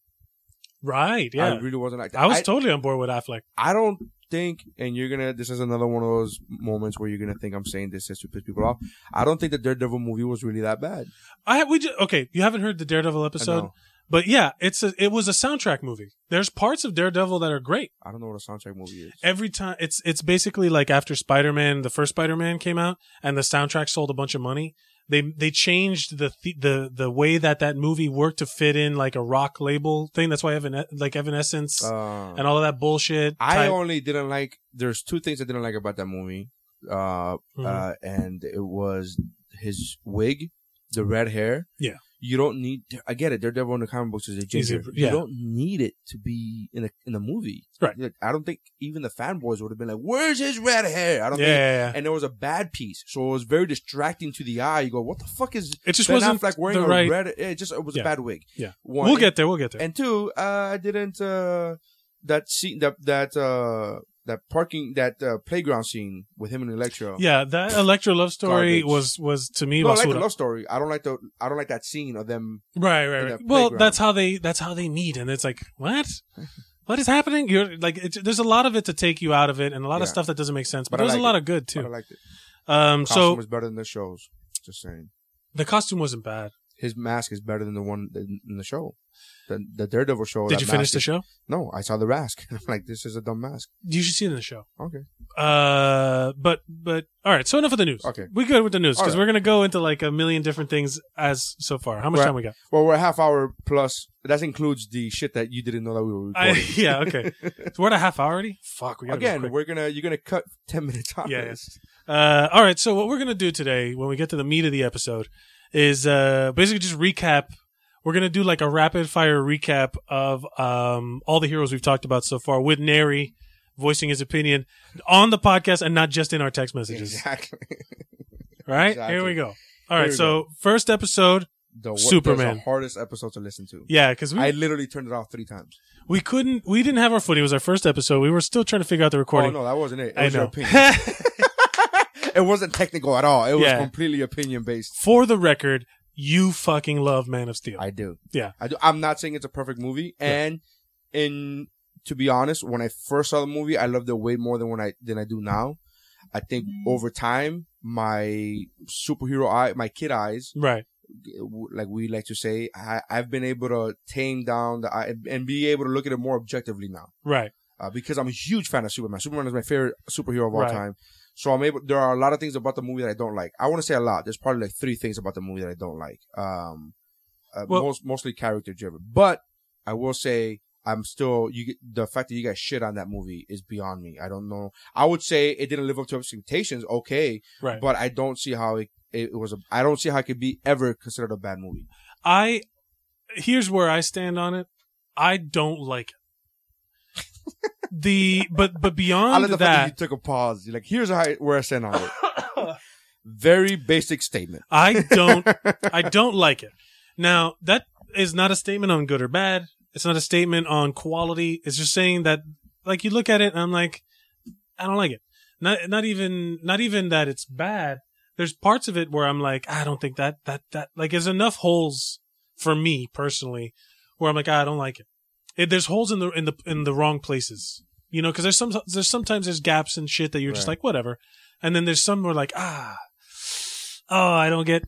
Right, yeah. I really wasn't like that. I was I, totally on board with Affleck. I don't think, and you're gonna. This is another one of those moments where you're gonna think I'm saying this just to piss people off. I don't think the Daredevil movie was really that bad. I we just, okay. You haven't heard the Daredevil I episode, know. but yeah, it's a it was a soundtrack movie. There's parts of Daredevil that are great. I don't know what a soundtrack movie is. Every time it's it's basically like after Spider Man, the first Spider Man came out, and the soundtrack sold a bunch of money. They they changed the the the, the way that that movie worked to fit in like a rock label thing. That's why Evan like Evanescence Uh, and all of that bullshit. I type- only didn't like. There's two things I didn't like about that movie, uh, Mhm. uh, and it was his wig, the red hair. Yeah. you don't need. I get it. Daredevil in the comic books is a He's a- ginger. yeah. You don't need it to be in a in a movie. Right. Like, I don't think even the fanboys would have been like, "Where's his red hair?" I yeah, don't. yeah, yeah. Think, and it was a bad piece, so it was very distracting to the eye. You go, "What the fuck is?" It just Ben wasn't Affleck wearing the a right. red. It just it was Yeah. a bad wig. Yeah. One. We'll get there. We'll get there. And two, uh, I didn't uh, that scene that that uh, that parking that uh, playground scene with him and Electro. Yeah, that Electro love story Garbage. was was to me No, I like the basura. love story. I don't like the I don't like that scene of them. right, right, in right. that well, playground. that's how they that's how they meet, and it's like what. What is happening? You're like, it's there's a lot of it to take you out of it, and a lot of Yeah. stuff that doesn't make sense. But, But I there's a like lot it. of good too. But I liked it. um, Costume so was better than the shows. Just saying, the costume wasn't bad. his mask is better than the one in in the show. The, the Daredevil show. Did Oh, that you finish mask the is- show? No, I saw the mask. I'm like, this is a dumb mask. You should see it in the show. Okay. Uh, but but all right. So enough of the news. Okay. we good with the news All because right. we're gonna go into like a million different things as so far. How much Right. time we got? Well, we're a half hour plus. That includes the shit that you didn't know that we were I, recording. yeah. Okay. so we're at a half hour already. Fuck. We gotta go Again, quick. we're gonna you're gonna cut ten minutes off. Yeah, this. Uh, all right. So what we're gonna do today, when we get to the meat of the episode, is uh, basically just recap. We're gonna do like a rapid fire recap of um, all the heroes we've talked about so far, with Neri voicing his opinion on the podcast and not just in our text messages. exactly. Right Exactly. here we go. All right. we So first episode. The, wor- Superman. that's the hardest episode to listen to. Yeah, because we I literally turned it off three times. we couldn't we didn't have our footing. It was our first episode. We were still trying to figure out the recording. Oh no, that wasn't it. It I was your know. opinion. it wasn't technical at all. It was Yeah. completely opinion based. For the record, you fucking love Man of Steel. I do. Yeah. I do. I'm not saying it's a perfect movie. And in to be honest, when I first saw the movie, I loved it way more than when I than I do now. I think Mm. over time, my superhero eye, my kid eyes, right. w- like we like to say, I, I've been able to tame down the eye and be able to look at it more objectively now. Right. uh, because I'm a huge fan of Superman. Superman is my favorite superhero of all Right. time. So I'm able. There are a lot of things about the movie that I don't like. I want to say a lot. There's probably like three things about the movie that I don't like. Um, uh, Well- most mostly character driven. But I will say I'm still you. get- The fact that you guys shit on that movie is beyond me. I don't know. I would say it didn't live up to expectations. Okay, Right. but I don't see how it. It was a. I don't see how it could be ever considered a bad movie. I here's where I stand on it. I don't like it. the but but I beyond love the fact that that, you took a pause. You're like, here's how, I- where I stand on it. Very basic statement. I don't I don't like it. Now that is not a statement on good or bad. It's not a statement on quality. It's just saying that like you look at it and I'm like, I don't like it. Not not even not even that it's bad. There's parts of it where I'm like, I don't think that that that like there's enough holes for me personally where I'm like, "Ah, I don't like it. it there's holes in the in the in the wrong places. You know, because there's some there's sometimes there's gaps and shit that you're just Right. like whatever, and then there's some where like ah, oh I don't get.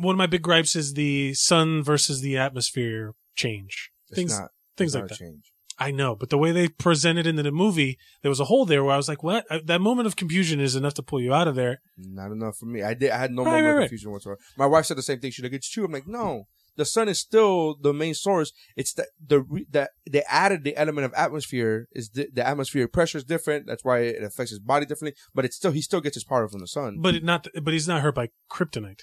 One of my big gripes is the sun versus the atmosphere change It's things not, things it's like not that. a change. I know, but the way they presented in the movie, there was a hole there where I was like, "What?" I- That moment of confusion is enough to pull you out of there. Not enough for me. I did. I had no Right, more right, right. confusion whatsoever. My wife said the same thing. She's like, "It's true." I'm like, "No, the sun is still the main source. It's the the re- that they added the element of atmosphere. Is the, the atmospheric pressure is different. That's why it affects his body differently. But it's still he still gets his power from the sun. But it not, but he's not hurt by kryptonite.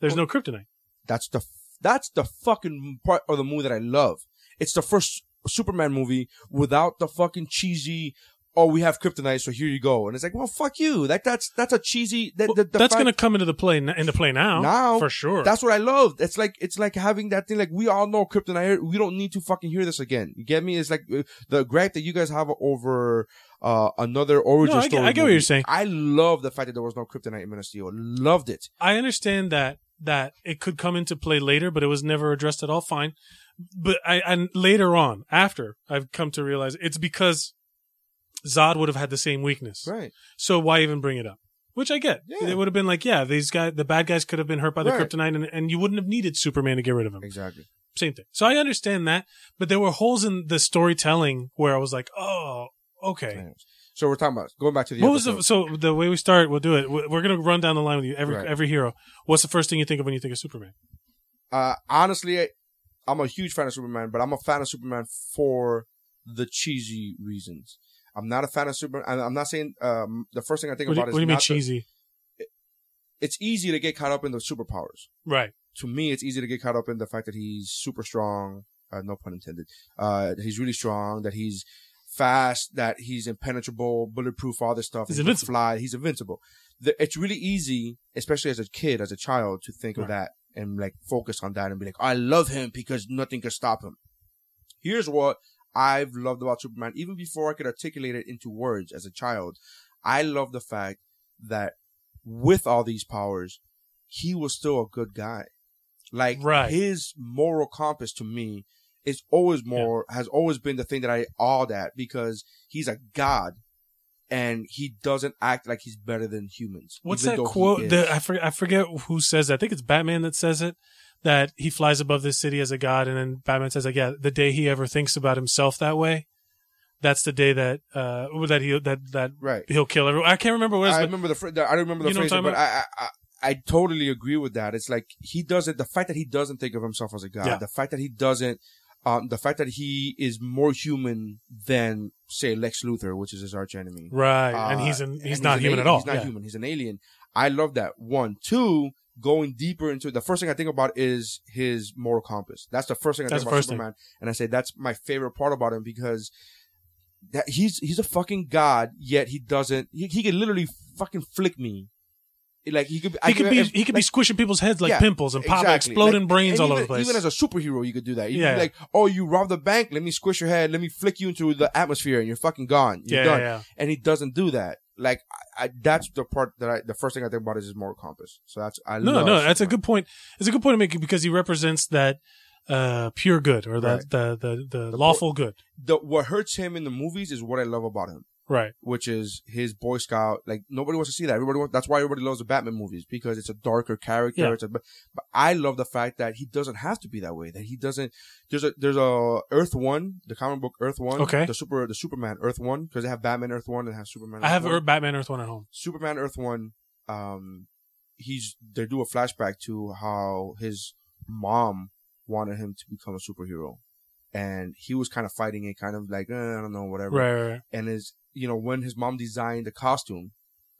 There's no kryptonite. That's the that's the fucking part of the movie that I love. It's the first Superman movie without the fucking cheesy. Oh, we have kryptonite, so here you go. And it's like, well, fuck you. Like that's that's a cheesy. That, the, the That's fact- going to come into the play n- into play now, Now, for sure. That's what I love. It's like it's like having that thing. Like we all know kryptonite. We don't need to fucking hear this again. You get me? It's like uh, the gripe that you guys have over uh another origin No, I get- story. I get what movie. you're saying. I love the fact that there was no kryptonite in Man of Steel. Loved it. I understand that that it could come into play later, but it was never addressed at all. Fine, but I and later on, after I've come to realize it's because Zod would have had the same weakness. Right. So why even bring it up? Which I get. Yeah. It would have been like, yeah, these guys, the bad guys could have been hurt by the Right. kryptonite, and, and you wouldn't have needed Superman to get rid of him. Exactly. Same thing. So I understand that, but there were holes in the storytelling where I was like, oh, okay. Thanks. So we're talking about going back to the. What was the episode. so the way we start? We'll do it. We're we're gonna run down the line with you. Every Right. every hero. What's the first thing you think of when you think of Superman? Uh, honestly, I- I'm a huge fan of Superman, but I'm a fan of Superman for the cheesy reasons. I'm not a fan of Superman. I'm not saying um, the first thing I think What do, about you- is what do you mean not the- cheesy? it's easy to get caught up in the superpowers. right. to me, it's easy to get caught up in the fact that he's super strong. Uh, no pun intended. Uh, he's really strong. That he's fast. That he's impenetrable, bulletproof, all this stuff. He's He can invincible. Fly. He's invincible. The, it's really easy, especially as a kid, as a child, to think Right. of that and like focus on that and be like, I love him because nothing could stop him. Here's what I've loved about Superman, even before I could articulate it into words as a child, I love the fact that with all these powers, he was still a good guy. Like Right. his moral compass to me is always more has always been the thing that I awed at because he's a god and he doesn't act like he's better than humans. What's even that though he quote? is. That I forget. I forget who says that. I think it's Batman that says it. That he flies above this city as a god, and then Batman says, "Like, yeah, the day he ever thinks about himself that way, that's the day that uh that he that that right. he'll kill everyone." I can't remember what. It is, I but remember the phr- I don't remember the You know what phrase, I'm but talking I, I I I totally agree with that. It's like he doesn't. The fact that he doesn't think of himself as a god, Yeah. the fact that he doesn't, um, the fact that he is more human than say Lex Luthor, which is his archenemy. right, and Uh, he's an, he's And not an human at alien. all. He's not Yeah. human. He's an alien. I love that. One, two. Going deeper into the first thing I think about is his moral compass. That's the first thing I That's the think about first thing. Superman, and I say that's my favorite part about him because that he's he's a fucking god, yet he doesn't. He, he could literally fucking flick me. Like he could. He could be he could be squishing people's heads like Yeah, pimples and pop exploding brains all even, over the place. Even as a superhero, you could do that. You Yeah. could be like, oh, you robbed the bank. Let me squish your head. Let me flick you into the atmosphere, and you're fucking gone. You're yeah, done yeah, and he doesn't do that. Like I, I, that's the part that I, the first thing I think about is his moral compass. So that's I No, love no, that's a Superman. good point. It's a good point to make because he represents that uh pure good or that Right. the, the the The lawful good. The, what hurts him in the movies is what I love about him, Right. which is his Boy Scout. Like nobody wants to see that. Everybody wants, that's why everybody loves the Batman movies because it's a darker character. Yeah. It's a, but, but I love the fact that he doesn't have to be that way. That he doesn't. There's a there's a Earth One, the comic book Earth One. Okay. The super the Superman Earth One because they have Batman Earth One and they have Superman. I Earth have One. Earth- Batman Earth One at home. Superman Earth One, um, he's they do a flashback to how his mom wanted him to become a superhero, and he was kind of fighting it, kind of like eh, I don't know, whatever. Right, right, right. And his, you know, when his mom designed the costume,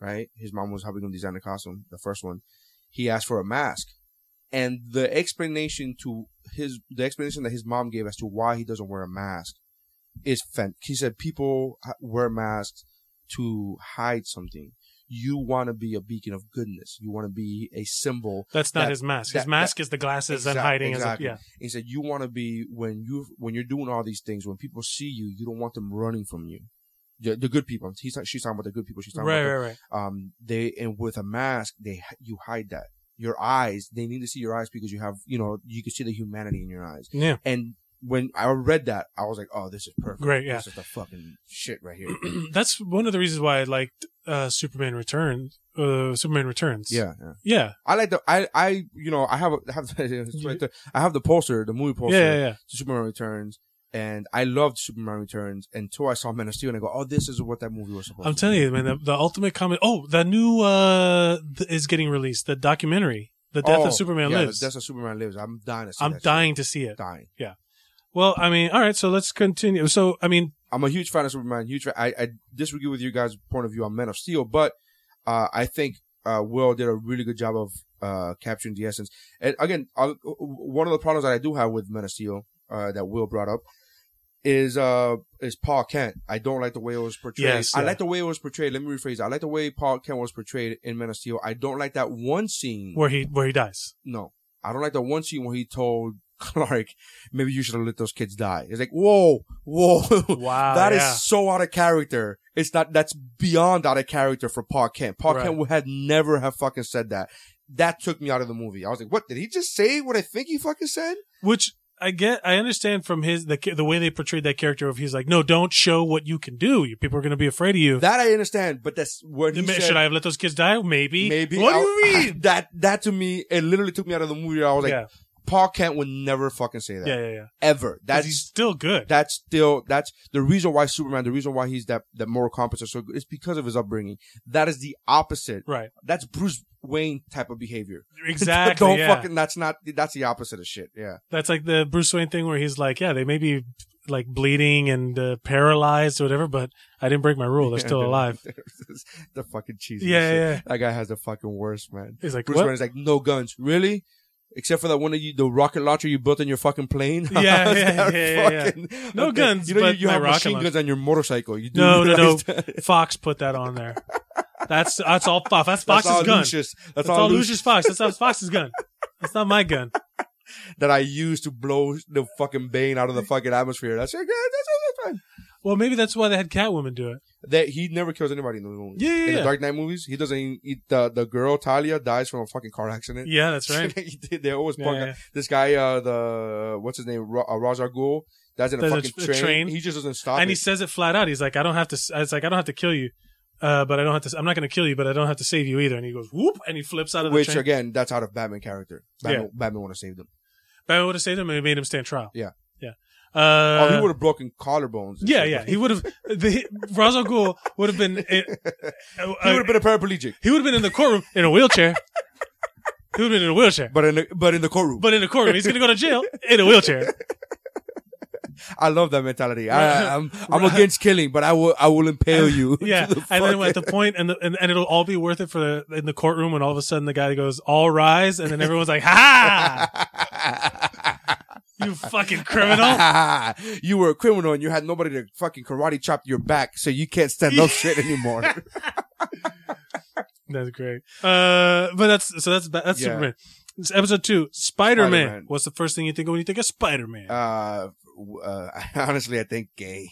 right? His mom was helping him design the costume, the first one. He asked for a mask, and the explanation to his the explanation that his mom gave as to why he doesn't wear a mask is fan. He said people h- wear masks to hide something. You want to be a beacon of goodness. You want to be a symbol That's not That- his mask. that- his mask is the glasses and Exact- hiding exactly. as a, He said, "You want to be when you when you're doing all these things. When people see you, you don't want them running from you. The, the good people. He's she's talking about the good people. She's yeah. talking Right, about right, right. the, um they and with a mask they h- you hide that your eyes. They need to see your eyes because you have you know you can see the humanity in your eyes. Yeah. And when I read that, I was like, oh, this is perfect. Great, yeah. This is the fucking shit right here. That's one of the reasons why I liked uh Superman Returns. Uh Superman Returns. yeah, yeah. Yeah. I like the I I you know I have a, I have it's right there. I have the poster, the movie Yeah, poster. yeah, yeah. to Superman Returns, and I loved Superman Returns until I saw Man of Steel, and I go, "Oh, this is what that movie was supposed." I'm to telling you, man, the, the ultimate comic. Oh, the new uh th- is getting released. The documentary, "The Death Oh, of Superman Lives." That's how Superman lives. I'm dying. To see I'm that shit. dying to see it. Dying. Well, I mean, all right, so let's continue. So, I mean, I'm a huge fan of Superman. Huge. Fan. I, I disagree with you guys' point of view on Man of Steel, but uh, I think uh, Will did a really good job of uh, capturing the essence. And again, I'll, one of the problems that I do have with Man of Steel uh, that Will brought up is uh is Paul Kent. I don't like the way it was portrayed. Yes, I yeah. like the way it was portrayed. Let me rephrase. I like the way Paul Kent was portrayed in Man of Steel. I don't like that one scene. where he where he dies. no, I don't like the one scene where he told Clark, "Maybe you should have let those kids die." It's like, whoa, whoa. Wow, That is so out of character. It's not. That's beyond out of character for Paul Kent. Paul Right. Kent would had never have fucking said that. That took me out of the movie. I was like, "What did he just say? What I think he fucking said?" which I get. I understand from his the ca- the way they portrayed that character of he's like, no, don't show what you can do. You people are going to be afraid of you. That I understand, but that's what he Maybe- said. Should I have let those kids die? Maybe. Maybe What do I'll- you mean? that that to me, it literally took me out of the movie. I was like, yeah, Paul Kent would never fucking say that yeah, yeah, yeah. ever. Because That's he's still good. that's still that's the reason why Superman, the reason why he's that that moral compass is so good, is because of his upbringing. That is the opposite. right. That's Bruce Wayne type of behavior. Exactly. Don't yeah. fucking. That's not. That's the opposite of shit. Yeah. That's like the Bruce Wayne thing where he's like, yeah, they may be like bleeding and uh, paralyzed or whatever, but I didn't break my rule. They're still alive. the fucking cheesy. Yeah, shit. yeah. That guy has the fucking worst, man. He's like, Bruce what? Wayne is like, no guns, really. Except for that one of you, the rocket launcher you built in your fucking plane. Yeah, How's yeah, that yeah, yeah, yeah. fucking- No guns, You know, but you, you my have rocket machine launcher. guns on your motorcycle. You do No, no, no. realize that. Fox put that on there. That's that's all Fox. That's That's Fox's all gun. Lucius. That's, That's, all, all Lucius Lucius Fox. That's not Fox's gun. That's not my gun. that I use to blow the fucking Bane out of the fucking atmosphere. That's your gun. That's, time. Well, maybe that's why they had Catwoman do it. That he never kills anybody in the movies. Yeah, yeah, in the yeah. Dark Knight movies, he doesn't even eat the the girl Talia dies from a fucking car accident. Yeah, that's right. He did- they always Yeah, punk yeah. this guy. Uh, the what's his name? Ra- uh, Ra's al Ghul. That's in a There's a fucking tr- a train. train. He just doesn't stop. And it. he says it flat out. He's like, I don't have to. s- It's like I don't have to kill you, uh, but I don't have to. I'm not going to kill you, but I don't have to save you either. And he goes whoop, and he flips out of the which train. again, that's out of Batman character. Batman, Yeah. Batman want to save them. Batman would have saved him and made him stand trial. uh, Yeah. yeah. Uh, oh, he would have broken collarbones. and yeah, shit. yeah. He would have. The Ra's al Ghul would have been. uh, It, he would have been a paraplegic, He would have been in the courtroom in a wheelchair. he would have been in a wheelchair. but in the, but in the courtroom. But in the courtroom, he's going to go to jail in a wheelchair. I love that mentality. I, I'm I'm against killing, but I will I will impale you. to Yeah. the and then fucking- at the point, and, the, and and it'll all be worth it for the in the courtroom when all of a sudden the guy goes, "All rise," and then everyone's like, "Ha! You fucking ah. criminal!" you were a criminal and you had nobody to fucking karate chop your back, so you can't stand up straight anymore. That's great. Uh, but that's so that's ba- that's Yeah. Superman. It's episode two. Spider Man. Spider-Man. What's the first thing you think of when you think of Spider Man? Uh, w- uh, honestly, I think gay.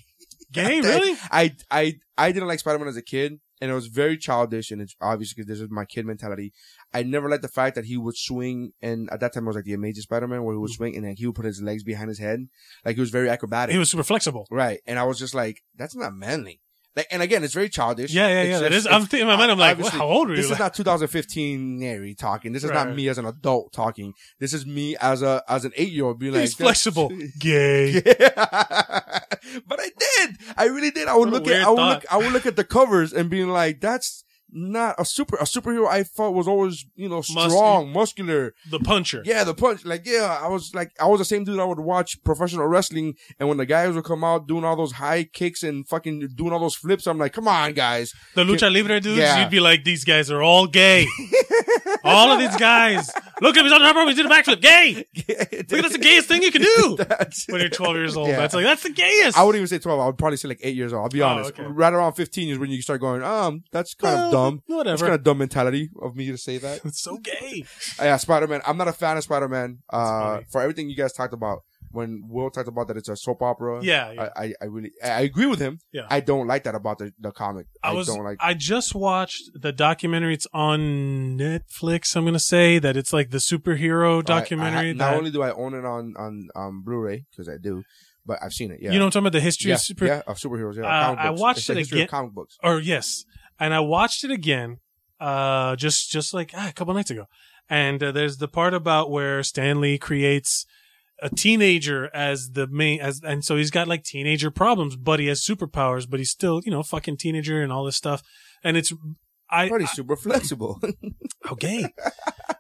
Gay, I- really? I I I didn't like Spider Man as a kid, and it was very childish, and it's obviously because this is my kid mentality. I never liked the fact that he would swing, and at that time it was like the Amazing Spider Man, where he would Mm. swing and then he would put his legs behind his head, like he was very acrobatic, He was super flexible. right? And I was just like, that's not manly. Like, and again, it's very childish. Yeah, yeah, It's yeah. That just- is. I'm it's- thinking in my mind. I'm like, obviously, how old are you? This is not 2015 Nary talking. This is Right. not me as an adult talking. This is me as a as an eight year old being like, He's "That's- flexible. Gay. yeah. but I did. I really did. I would What a look at weird I would thought. look I would look at the covers and being like, that's not a super a superhero I thought was always, you know, Muscu- strong, muscular. The puncher. Yeah, the punch. Like, yeah, I was like I was the same dude I would watch professional wrestling and when the guys would come out doing all those high kicks and fucking doing all those flips, I'm like, come on guys. The lucha libre dudes, Yeah. you'd be like, these guys are all gay. all of these guys. Look at me on top rope, he did a backflip. Gay. Look, that's the gayest thing you can do That's- when you're 12 years old. Yeah. That's like that's the gayest. I wouldn't even say 12. I would probably say like eight years old. I'll be Oh, honest. okay. Right around 15 is when you start going, um, that's kind Well, of dumb. That's Whatever. kind of dumb mentality of me to say that. It's so gay. yeah, Spider Man. I'm not a fan of Spider Man. Uh, funny. for everything you guys talked about, when Will talked about that it's a soap opera. Yeah. yeah. I, I, I really, I I agree with him. Yeah. I don't like that about the, the comic. I, I was. don't like. I just watched the documentary. It's on Netflix. I'm gonna say that it's like the superhero I- I ha- documentary. not that, only do I own it on on um, Blu-ray because I do, but I've seen it. Yeah, you know, what I'm talking about the history yeah, of super. yeah, of superheroes. Yeah, Uh, comic I books. watched It's the it history of again- Comic books. or yes and i watched it again uh just just like ah, a couple nights ago and uh, there's the part about where stanley creates a teenager as the main as and so he's got like teenager problems but he has superpowers but he's still you know fucking teenager and all this stuff and it's i Pretty super flexible. okay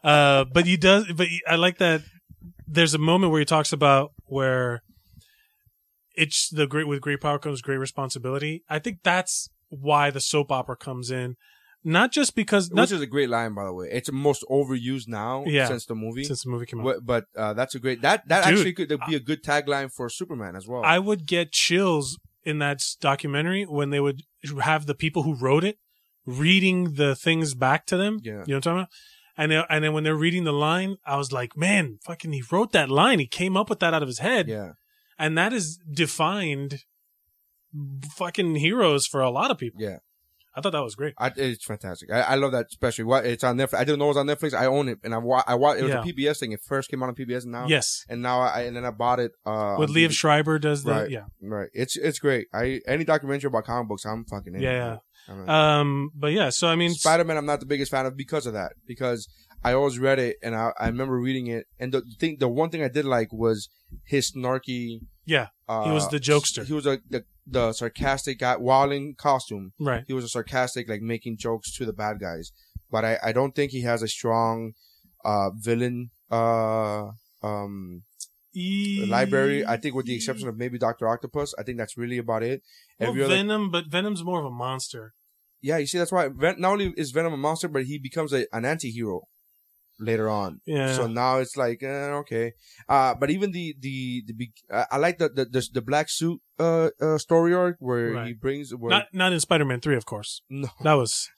uh but he does but he- i like that there's a moment where he talks about where it's the great with great power comes great responsibility i think that's why the soap opera comes in not just because not Which is a great line, by the way. It's most overused now Yeah. since the movie. since the movie came out Wh- but uh, that's a great that that Dude, actually could be a good tagline for Superman as well. i would get chills in that s- documentary when they would have the people who wrote it reading the things back to them Yeah. you know what i'm talking about and, they- and then when they're reading the line i was like man fucking he wrote that line he came up with that out of his head yeah. and that has defined fucking heroes for a lot of people. Yeah. I thought that was great. I, it's fantastic. I, I love that especially. What it's on Netflix. I didn't know it was on Netflix. I own it, and I wa- I watch. It was Yeah. a PBS thing. It first came out on PBS, and now Yes, and now I and then I bought it. Uh, with on Liev DVD. Schreiber does the Right. yeah right. It's it's great. I any documentary about comic books, I'm fucking in. yeah I'm in. yeah. Um, but yeah, so I mean, s- Spider Man, I'm not the biggest fan of because of that. Because I always read it, and I, I remember reading it. And the thing, the one thing I did like was his snarky. Yeah, uh, he was the jokester. He was a, the the sarcastic guy while in costume. right? He was a sarcastic, like making jokes to the bad guys. But I, I don't think he has a strong uh, villain uh, um, E library. I think with the exception of maybe Doctor Octopus, I think that's really about it. well, Every other Venom, but Venom's more of a monster. yeah, you see, that's why Ven- not only is Venom a monster, but he becomes a, an anti-hero later on. Yeah. So now it's like eh, okay, uh, but even the the the be- I I like the the the, the black suit uh, uh story arc where he Right. brings where Not not in Spider-Man three, of course. no. That was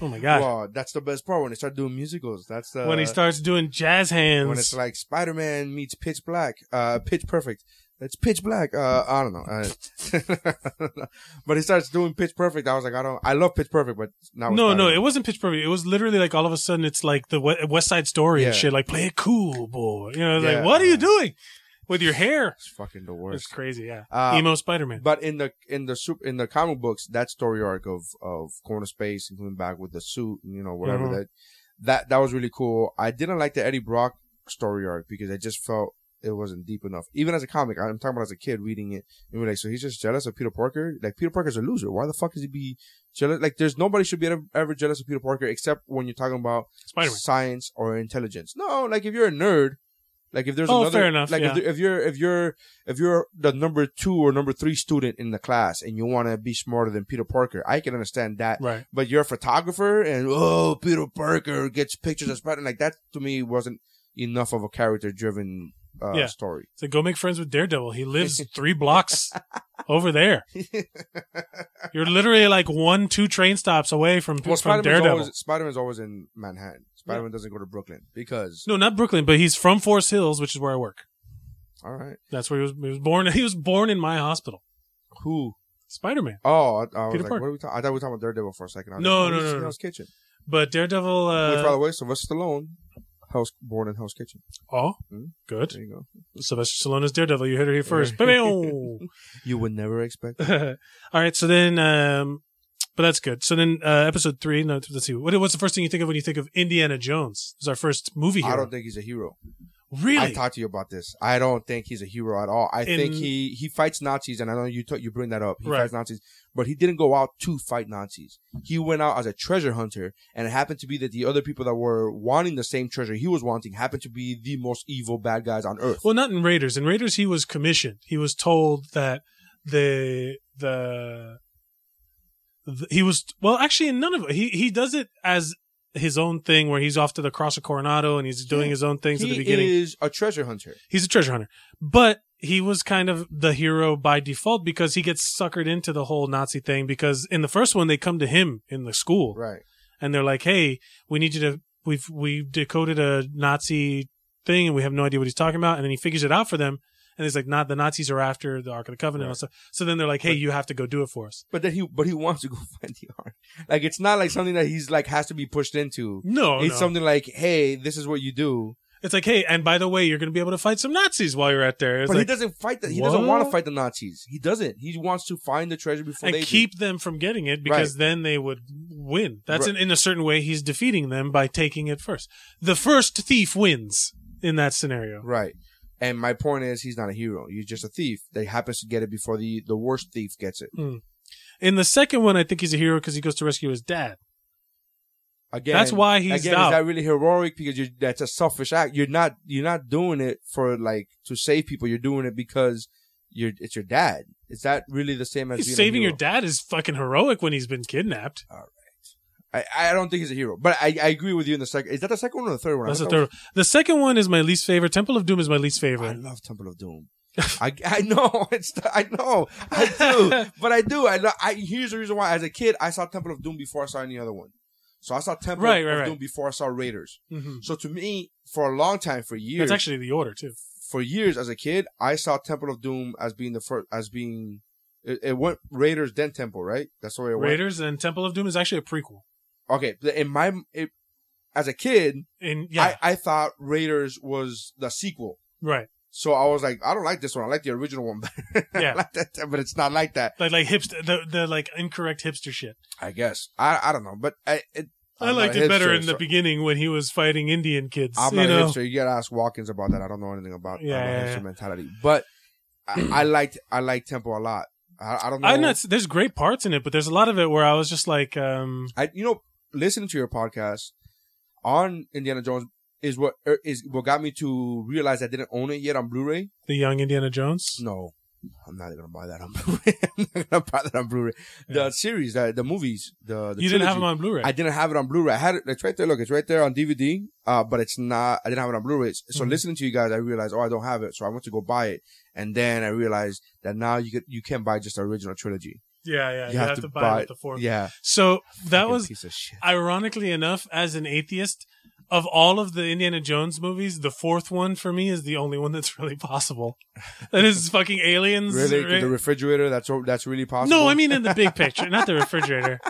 oh my god Wow, that's the best part when they start doing musicals. That's uh, the when he starts doing jazz hands. when it's like Spider Man meets Pitch Black, uh, Pitch Perfect. It's pitch black. Uh, I don't know. I- but he starts doing pitch perfect. I was like, I don't. I love pitch perfect, but now No, no, it wasn't pitch perfect. It was literally like all of a sudden it's like the We- West Side Story and Yeah. shit. Like play it cool, boy. You know, Yeah. like what are you doing with your hair? It's fucking the It's worst. crazy. Yeah, Uh, emo Spider Man. But in the in the soup in the comic books, that story arc of of Corner Space and coming back with the suit and you know whatever Mhm. that that that was really cool. I didn't like the Eddie Brock story arc because I just felt it wasn't deep enough. Even as a comic, I'm talking about as a kid reading it, and we're like, so he's just jealous of Peter Parker. Like Peter Parker's a loser. Why the fuck is he be jealous? Like there's nobody should be ever, ever jealous of Peter Parker except when you're talking about Spider Man. science or intelligence. No, like if you're a nerd, like if there's Oh, another, fair enough, like yeah. if, there- if you're if you're if you're the number two or number three student in the class and you want to be smarter than Peter Parker, I can understand that. Right. But you're a photographer and oh, Peter Parker gets pictures of Spider. Like that to me wasn't enough of a character driven uh, Yeah. story. So go make friends with Daredevil. He lives three blocks over there. You're literally like one, two train stops away from, Well, from Spider-Man's Daredevil. always, Spider-Man's always in Manhattan. Spider-Man doesn't go to Brooklyn because No, not Brooklyn, but he's from Forest Hills, which is where I work. all right, That's where he was, he was born. He was born in my hospital. who? Spider Man. Oh, I, I was Peter like, Parker. what are we talking? I thought we were talking about Daredevil for a second. I was No, like, no, what is no, this no. Hell's Kitchen. But Daredevil. Which, by the Uh, way, Sylvester Stallone, House born in House Kitchen. oh, Hmm? good. There you go. Sylvester Stallone is Daredevil. You heard it here first. Ba-boom. You would never expect. All right. So then, um, but that's good. So then, uh, episode three. No, let's see. What, what's the first thing you think of when you think of Indiana Jones? It's our first movie hero. I don't think he's a hero. I really? talked to you about this. I don't think he's a hero at all. I In- think he he fights Nazis, and I know you t- you bring that up. He Right. fights Nazis, but he didn't go out to fight Nazis. He went out as a treasure hunter, and it happened to be that the other people that were wanting the same treasure he was wanting happened to be the most evil bad guys on earth. well, not in Raiders. In Raiders, he was commissioned. He was told that the the, the he was well. Actually, in none of it, he he does it as his own thing, where he's off to the Cross of Coronado and he's doing Yeah. his own things at he the beginning. is a treasure hunter. he's a treasure hunter, but he was kind of the hero by default because he gets suckered into the whole Nazi thing. Because in the first one, they come to him in the school Right. and they're like, "Hey, we need you to we've we decoded a Nazi thing and we have no idea what he's talking about." And then he figures it out for them, and he's like, "Not the Nazis are after the Ark of the Covenant." Right. And stuff. So then they're like, "Hey, But- you have to go do it for us." But then he but he wants to go find the art. Like it's not like something that he's like has to be pushed into. No, it's Oh, no. something like, hey, this is what you do. it's like, "Hey, and by the way, you're going to be able to fight some Nazis while you're out there." It's but he like, doesn't fight that. He doesn't what? want to fight the Nazis. He doesn't. He wants to find the treasure before they and do. keep them from getting it because then they would win. That's Right. in, in a certain way he's defeating them by taking it first. The first thief wins in that scenario. Right. And my point is, he's not a hero. He's just a thief that happens to get it before the the worst thief gets it. In the second one, I think he's a hero because he goes to rescue his dad. Again, That's why he's again. out. Is that really heroic? Because you're, that's a selfish act. You're not you're not doing it for like to save people. You're doing it because you're it's your dad. Is that really the same as being He's a saving hero? your dad is fucking heroic when he's been kidnapped. I, I don't think he's a hero, but I, I agree with you in the second. Is that the second one or the third one? I That's the thought third. One. The second one is my least favorite. Temple of Doom is my least that was- I favorite. love Temple of Doom. I, I know it's the- I know I do, but I do. I, lo- I here's the reason why. As a kid, I saw Temple of Doom before I saw any other one. So I saw Temple Right, of right, right. Doom before I saw Raiders. Mhm. So to me, for a long time, for years, That's actually the order too. for years as a kid, I saw Temple of Doom as being the first, as being it, it went Raiders then Temple, right? That's the way it went. Raiders and Temple of Doom is actually a prequel. Okay, but in my it, as a kid, And yeah, I, I thought Raiders was the sequel. right. So I was like, I don't like this one. I like the original one better. Yeah. I like that, but it's not like that. Like like hipster, the the like incorrect hipster shit. I guess. I I don't know, but I it, I I'm liked not a it better hipster, in the so- beginning when he was fighting Indian kids. I'm you not know, a hipster. You gotta ask Watkins about that. I don't know anything about Yeah, yeah, yeah, yeah. hipster mentality, but I, I liked I liked Tempo a lot. I, I don't know. I'm not. There's great parts in it, but there's a lot of it where I was just like, um, I you know listening to your podcast on Indiana Jones is what er, is what got me to realize I didn't own it yet on Blu-ray. the young Indiana Jones. No, I'm not gonna buy that on Blu-ray. I'm not gonna buy that on Blu-ray. The Yeah. series, the, the movies, the, the you didn't have trilogy, him on Blu-ray. I didn't have it on Blu-ray. I had it. It's right there. Look, it's right there on DVD. Uh, but it's not. I didn't have it on Blu-ray. So Mhm. listening to you guys, I realized, oh, I don't have it. So I went to go buy it, and then I realized that now you could you can buy just the original trilogy. yeah, yeah. You, have, to, buy, it with the fourth. Yeah, So that Fucking was piece of shit. ironically enough, as an atheist, of all of the Indiana Jones movies, the fourth one for me is the only one that's really possible. That is fucking aliens. Really, right? the refrigerator? That's that's really possible. No, I mean in the big picture, not the refrigerator.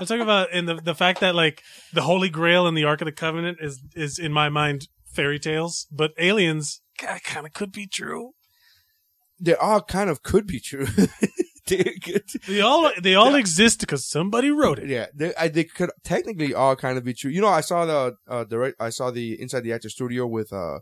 I'm talking about in the the fact that like the Holy Grail and the Ark of the Covenant is is in my mind fairy tales, but aliens kind of could be true. they all kind of could be true. They could- They all they all exist because somebody wrote it. yeah, they, I, they could technically all kind of be true. You know, I saw the uh, direct. I saw the Inside the Actor Studio with uh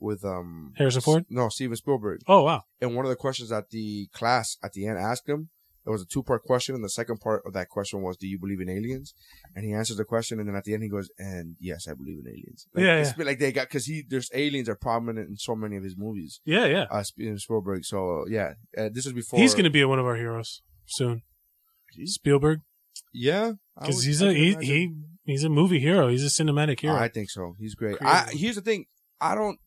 with um Harrison Ford. No, Steven Spielberg. Oh wow, And one of the questions that the class at the end asked him, it was a two part question, and the second part of that question was, "Do you believe in aliens?" And he answers the question, and then at the end he goes, "And yes, I believe in aliens." Like, Yeah, it's yeah. been like they got because he there's aliens are prominent in so many of his movies. yeah, yeah. Uh, Steven Spielberg. So yeah, uh, this is before He's gonna be one of our heroes soon. Spielberg, yeah I because would- he's I a can he, imagine. he he's a movie hero. He's a cinematic hero. I think so. He's great. I, Creative. here's the thing. I don't.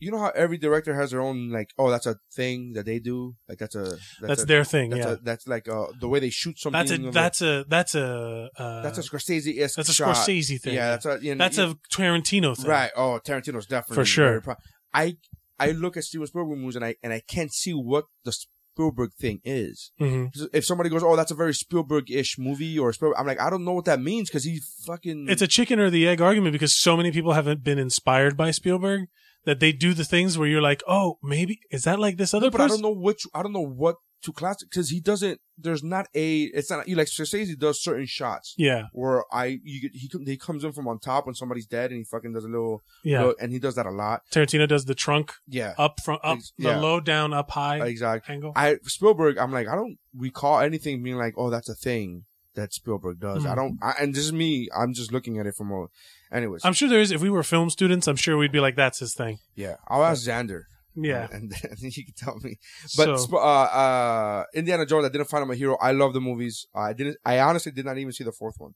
You know how every director has their own like, oh, that's a thing that they do. Like that's a that's, that's a, their thing. that's, yeah, a, that's like uh, the way they shoot something. that's a of that's a that's a uh, a, that's a Scorsese esque. that's a Scorsese thing. Yeah, that's a you know, That's a Tarantino thing. right. Oh, Tarantino's definitely For sure. very pro- I I look at Steven Spielberg movies and I and I can't see what the Spielberg thing is. hmm If somebody goes, oh, that's a very Spielberg ish movie or Spielberg, I'm like, I don't know what that means because he fucking It's a chicken or the egg argument because so many people haven't been inspired by Spielberg that they do the things where you're like, oh, maybe is that like this other but I person? don't know which. I don't know what to class because he doesn't. There's not a. It's not you like Scorsese does certain shots Yeah, where I you, get- he com- he comes in from on top when somebody's dead and he fucking does a little yeah. look, and he does that a lot. Tarantino does the trunk Yeah, up from up Ex- the yeah. low down up high exactly. angle. I Spielberg. I'm like I don't recall anything being like oh that's a thing that Spielberg does. Mhm. I don't. I, and this is me. I'm just looking at it from a. Anyways, I'm sure there is. If we were film students, I'm sure we'd be like, that's his thing. yeah, I'll ask Xander. Yeah. and then he can tell me. So- But sp uh, uh, Indiana Jones, I didn't find him a hero. I love the movies. I didn't. I honestly did not even see the fourth one.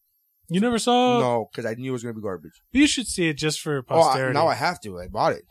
You never saw. no, because I knew it was gonna be garbage. You should see it just for Oh, I, posterity. now I have to. I bought it.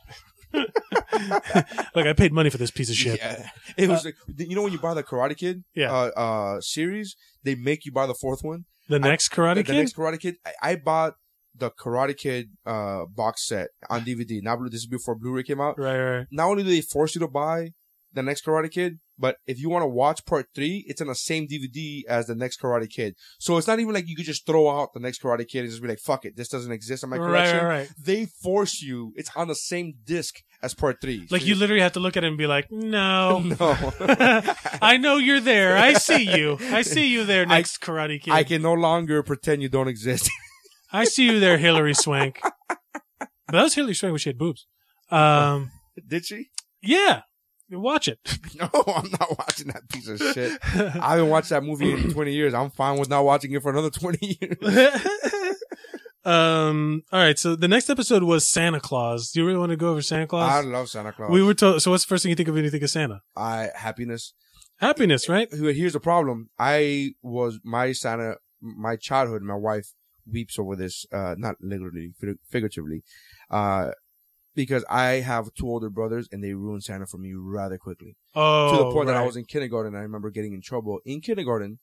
like I paid money for this piece of shit. Uh, Yeah, it was. like, you know when you buy the Karate Kid, Yeah. uh, uh, series, they make you buy the fourth one. The next Karate the, Kid. the next Karate Kid, I, I bought the Karate Kid uh box set on DVD. Now this is before Blu-ray came out. right, right. Not only do they force you to buy the next Karate Kid, but if you want to watch part three, it's on the same DVD as the next Karate Kid. So it's not even like you could just throw out the next Karate Kid and just be like, "Fuck it, this doesn't exist in my Right, collection." right, right. They force you. It's on the same disc as part three. Like So you literally have to look at it and be like, no. no. I know you're there. I see you. I see you there, next Karate Kid. I I, can no longer pretend you don't exist. see you there, Hillary Swank. But that was Hillary Swank when she had boobs. Um, Did she? yeah. Watch it. No, I'm not watching that piece of shit. I haven't watched that movie in 20 years. I'm fine with not watching it for another 20 years. um, all right. So the next episode was Santa Claus. Do you really want to go over Santa I Claus? love Santa Claus. we were told. So what's the first thing you think of when you think of Santa? I happiness. Happiness, right? Here- Here's the problem. I was my Santa, my childhood. My wife weeps over this, uh, not literally, fig- figuratively, uh, because I have two older brothers and they ruined Santa for me rather quickly. Oh, to the point that I right. was in kindergarten. I remember getting in trouble in kindergarten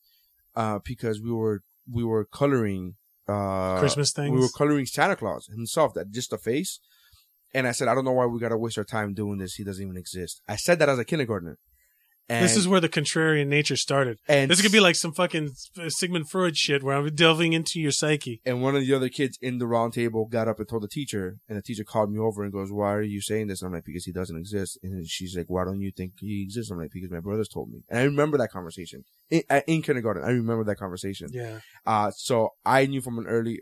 uh, because we were we were coloring uh, Christmas things. We were coloring Santa Claus himself, that just a face. And I said, I don't know why we gotta waste our time doing this. He doesn't even exist. I said that as a kindergartner. And, this is where the contrarian nature started. and This could be like some fucking Sigmund Freud shit where I'm delving into your psyche. And one of the other kids in the round table got up and told the teacher, and the teacher called me over and goes, "Why are you saying this?" And I'm like, "Because he doesn't exist." And she's like, "Why don't you think he exists?" I'm like, "Because my brothers told me." And I remember that conversation in, uh, in kindergarten. I remember that conversation. Yeah. Uh, so I knew from an early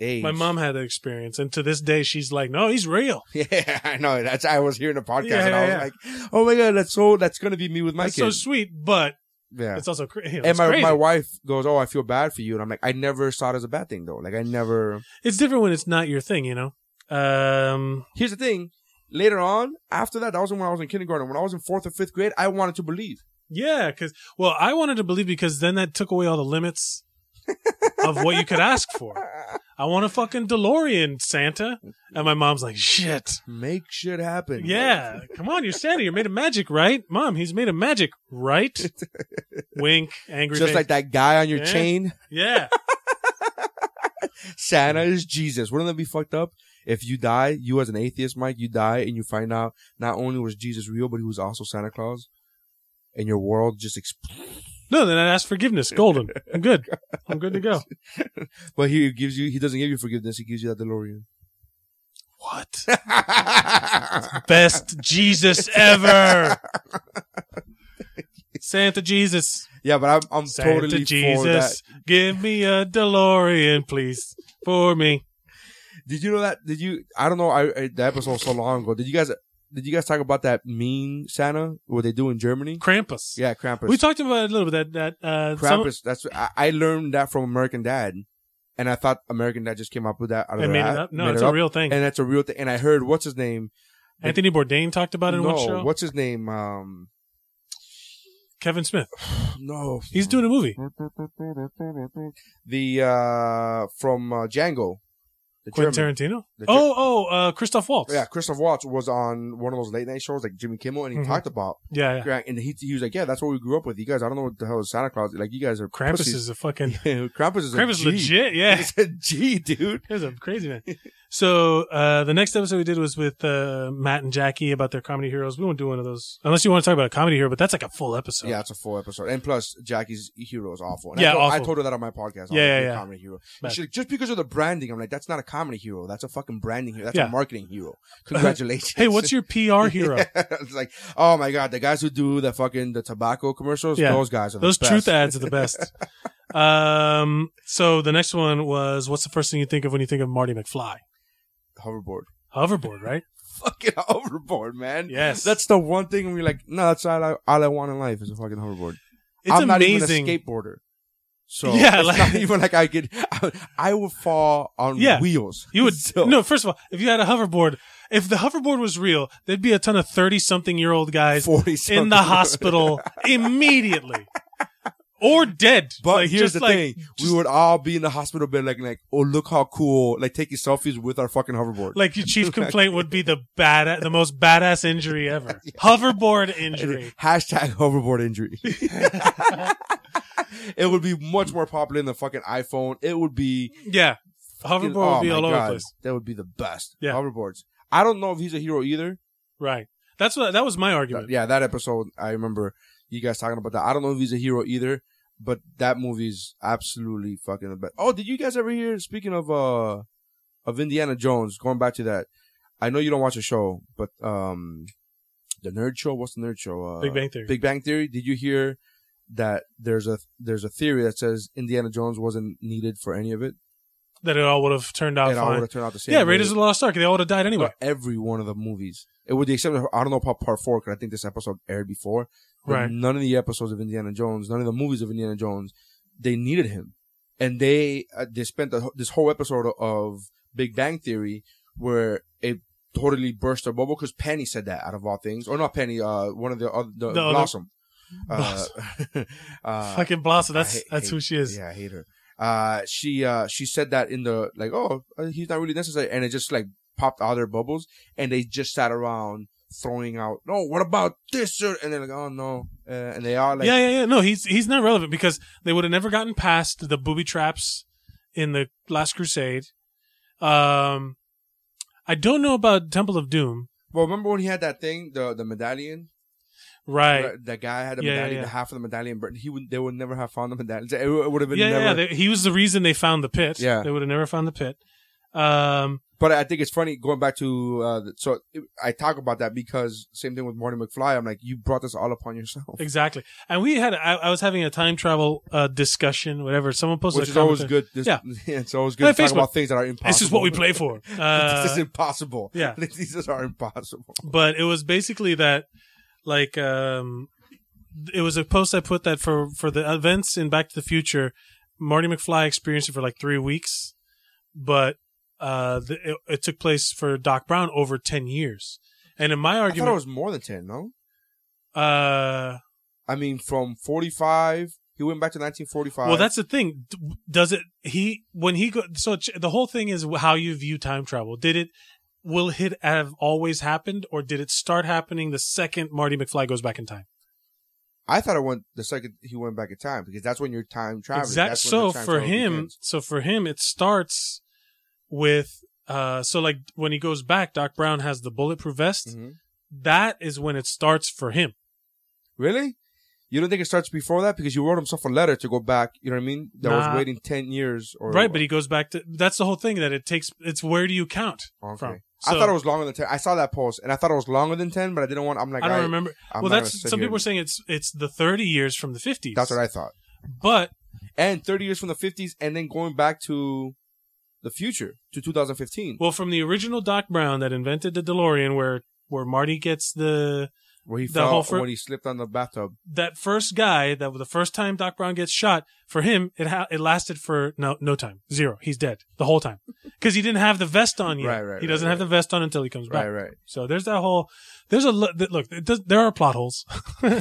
age. My mom had that experience. And to this day, she's like, no, he's real. Yeah, I know. That's I was hearing the podcast Yeah, and I was yeah, like, "Oh my god, that's so that's gonna be me with my That's so kids." sweet, but yeah. it's also cra- you know, And it's my, crazy. my wife goes, "Oh, I feel bad for you," and I'm like, "I never saw it as a bad thing though. Like I never." It's different when it's not your thing, you know? Um, Here's the thing. Later on, after that, that was when I was in kindergarten. When I was in fourth or fifth grade, I wanted to believe. yeah, because, well, I wanted to believe because then that took away all the limits of what you could ask for. I want a fucking DeLorean, Santa. And my mom's like, shit. Make shit happen. Yeah, come on, you're Santa. You're made of magic, right? Mom, he's made of magic, right? Wink, angry Just face. like that guy on your Yeah. chain. yeah. Santa is Jesus. Wouldn't that be fucked up? If you die, you as an atheist, Mike, you die and you find out not only was Jesus real, but he was also Santa Claus. And your world just explodes. No, then I ask forgiveness. Golden. I'm good. I'm good to go. But he gives you, he doesn't give you forgiveness. He gives you that DeLorean. What? Best Jesus ever. Santa Jesus. yeah, but I'm, I'm Santa totally for that. Jesus. Give me a DeLorean, please. For me. Did you know that? Did you? I don't know. I, I the episode was so long ago. Did you guys? Did you guys talk about that mean Santa? What they do in Germany? Krampus. Yeah, Krampus. We talked about it a little bit that that uh some- Krampus. that's I, I learned that from American Dad, and I thought American Dad just came up with that. Out of I their made it hat, up. No, made it's it a up, real thing. and that's a real thing. And I heard what's his name? Anthony Bourdain talked about it in one no, show. what's his name? Um, Kevin Smith. no, He's doing a movie. the uh from uh, Django. The Quentin German. Tarantino. The Ger- Oh, oh, uh, Christoph Waltz. Yeah, Christoph Waltz was on one of those late night shows like Jimmy Kimmel, and he Mhm. talked about yeah, yeah. Right, and he, he was like, "Yeah, that's what we grew up with." You guys, I don't know what the hell is Santa Claus. Like, you guys are Krampus pussies. is a fucking Krampus is a Krampus is G. legit. Yeah, It's a G, dude. He was a crazy man. So uh, the next episode we did was with uh, Matt and Jackie about their comedy heroes. We won't do one of those unless you want to talk about a comedy hero, but that's like a full episode. Yeah, it's a full episode, and plus Jackie's hero is awful. And I Yeah, told, I awful. told her that on my podcast. I was Yeah, like, yeah, "You're a yeah. Comedy hero. And Bad. she's like, just because of the branding, I'm like, that's not a comedy hero. That's a fucking branding hero. That's Yeah. a marketing hero. Congratulations. Hey, what's your PR hero? it's like, oh my god, the guys who do the fucking the tobacco commercials, Yeah. those guys are Those the best. truth ads are the best. um. So the next one was what's the first thing you think of when you think of Marty McFly? hoverboard, Hoverboard, right? fucking hoverboard, man. Yes. That's the one thing we're like, no, that's all I, all I want in life is a fucking hoverboard. it's I'm not amazing. even a skateboarder. So Yeah, yeah, it's like- not even like I could. I, would fall on Yeah. wheels. You would So- no. First of all, if you had a hoverboard, if the hoverboard was real, there'd be a ton of thirty-something-year-old guys 40 in the hospital immediately or dead. But Like, here's just the like- thing: we would all be in the hospital bed, like, like, oh, look how cool! Like taking selfies with our fucking hoverboard. Like your chief complaint would be the bad, the most badass injury ever, hoverboard injury. Hashtag hoverboard injury. it would be much more popular than the fucking iPhone. It would be Yeah, hoverboard oh would be my all over the God. place. That would be the best. Yeah. Hoverboards. I don't know if he's a hero either. Right. That's what that was my That- argument. yeah, that episode I remember you guys talking about that. I don't know if he's a hero either, but that movie's absolutely fucking the best. Oh, did you guys ever hear? Speaking of uh of Indiana Jones, going back to that, I know you don't watch the show, but um, the Nerd Show. What's the Nerd Show? Uh, Big Bang Theory. Big Bang Theory. Did you hear that? There's a there's a theory that says Indiana Jones wasn't needed for any of it. that it all would have turned out It all would Oh, fine. have turned out the same. Yeah, way. Raiders of the Lost Ark. They all would have died anyway. But every one of the movies, it with the exception of I don't know about part four because I think this episode aired before. but Right. None of the episodes of Indiana Jones, none of the movies of Indiana Jones, they needed him, and they uh, they spent the, this whole episode of Big Bang Theory where it totally burst their bubble because Penny said that out of all things, or not Penny, uh, one of the other the, The other- Blossom. Uh, uh, Fucking Blossom. That's I hate- that's who she is. yeah, I hate her. Uh, she uh, she said that in the like, oh, uh, he's not really necessary, and it just like popped out of their bubbles, and they just sat around throwing out, no, what about this? sir?" And they're like, oh no, uh, and they are like, yeah, yeah, yeah. No, he's he's not relevant because they would have never gotten past the booby traps in the Last Crusade. Um, I don't know about Temple of Doom. well, remember when he had that thing, the the medallion, Right. Right, the guy had the Yeah, yeah, medallion, yeah. the half of the medallion, but he would they would never have found the medallion. It, would have been Yeah, never. yeah. They, he was the reason they found the pit. Yeah. They would have never found the pit. Um, But I think it's funny going back to uh, the- so I talk about that because same thing with Marty McFly. I'm like, you brought this all upon yourself, exactly. And we had, I, I was having a time travel uh, discussion, whatever. Someone posted which a is always comment. good. This, Yeah. yeah. it's always Yeah, good to talk Facebook. about things that are impossible. This is what we play for. this is Uh, impossible. yeah. these are impossible. but it was basically that, like, um, it was a post I put that for, for the events in Back to the Future, Marty McFly experienced it for like three weeks, but uh, the, it, it took place for Doc Brown over 10 years. And in my I thought it argument, was more than ten. No, uh, I mean from forty-five, he went back to nineteen forty-five. Well, that's the thing. D- Does it? He when he go. So ch- the whole thing is how you view time travel. Did it? Will it have always happened, or did it start happening the second Marty McFly goes back in time? I thought it went the second he went back in time because that's when you're time traveling. Exact. That's when So the time for travel him, begins. so for him, it starts with uh, so like when he goes back, Doc Brown has the bulletproof vest. Mhm. That is when it starts for him. really, you don't think it starts before that because you wrote himself a letter to go back. You know what I mean? That Nah. was waiting ten years or right, but he goes back to that's the whole thing that it takes. It's where do you count? Okay. from. I So- thought it was longer than ten. I saw that post and I thought it was longer than ten, but I didn't want. I'm like, I don't remember. I'm well, not that's gonna sit some here people are and- saying it's it's the thirty years from the fifties. That's what I thought. But And thirty years from the fifties, and then going back to the future to 2015, well, from the original Doc Brown that invented the DeLorean, where where Marty gets the where he the fell whole fir- when he slipped on the bathtub. that first guy that the first time Doc Brown gets shot for him it ha- it lasted for no no time zero he's dead the whole time because he didn't have the vest on yet Right, right, he doesn't right, have the vest on until he comes Right, back right. so there's that whole there's a lo- th- look it does, there are plot holes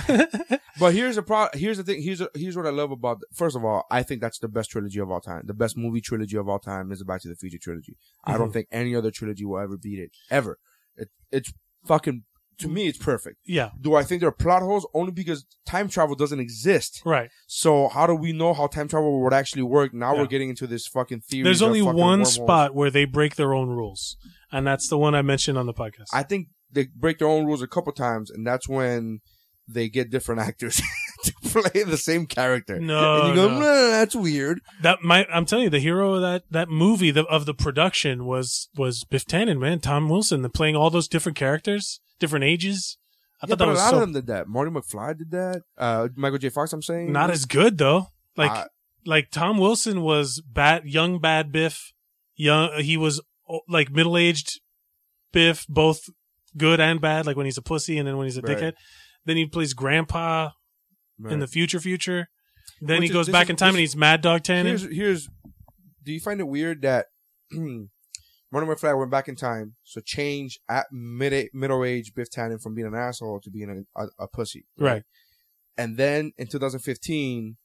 But here's the pro- here's the thing here's here's what I love about first of all I think that's the best trilogy of all time the best movie trilogy of all time is the Back to the Future trilogy I Mm-hmm. don't think any other trilogy will ever beat it ever it, it's fucking to me it's perfect yeah do I think there are plot holes only because time travel doesn't exist right so how do we know how time travel would actually work now Yeah. we're getting into this fucking theory there's only one spot where they break their own rules and that's the one I mentioned on the podcast I think they break their own rules a couple times and that's when they get different actors to play the same character No, and you go no. "Nah, that's weird that my I'm telling you the hero of that that movie the, of the production was was Biff Tannen man Tom Wilson the playing all those different characters different ages I yeah, thought but that was a lot so of them did that. Marty McFly did that. Uh, Michael J. Fox. I'm saying not as good though. Like I- like Tom Wilson was bad, young bad Biff. Young, he was oh, like middle aged Biff, both good and bad. Like when he's a pussy, and then when he's a Right. dickhead. Then he plays Grandpa in the future future. Then Which he is- goes this back is- in time this- and he's Mad Dog Tannen. here's here's. Do you find it weird that Marty McFly went back in time, so change at mid middle age Biff Tannen from being an asshole to being a, a, a pussy, Right. And then in 2015,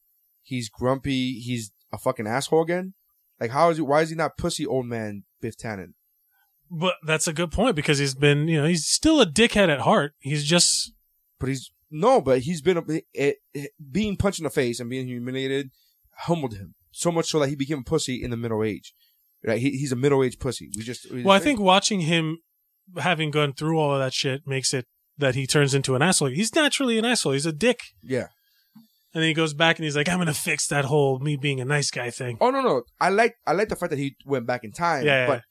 he's grumpy. He's a fucking asshole again. Like how is he? Why is he not pussy old man Biff Tannen? But that's a good point because he's been, you know, he's still a dickhead at heart. He's just But he's no, but he's been a, it, it, being punched in the face and being humiliated humbled him so much so that he became a pussy in the middle age. Right? He, he's a middle aged pussy. We just we well. I just- think watching him having gone through all of that shit makes it that he turns into an asshole. He's naturally an asshole. He's a dick. yeah. And then he goes back and he's like, I'm gonna fix that whole me being a nice guy thing. Oh no no, I like I like the fact that he went back in time. Yeah, yeah, but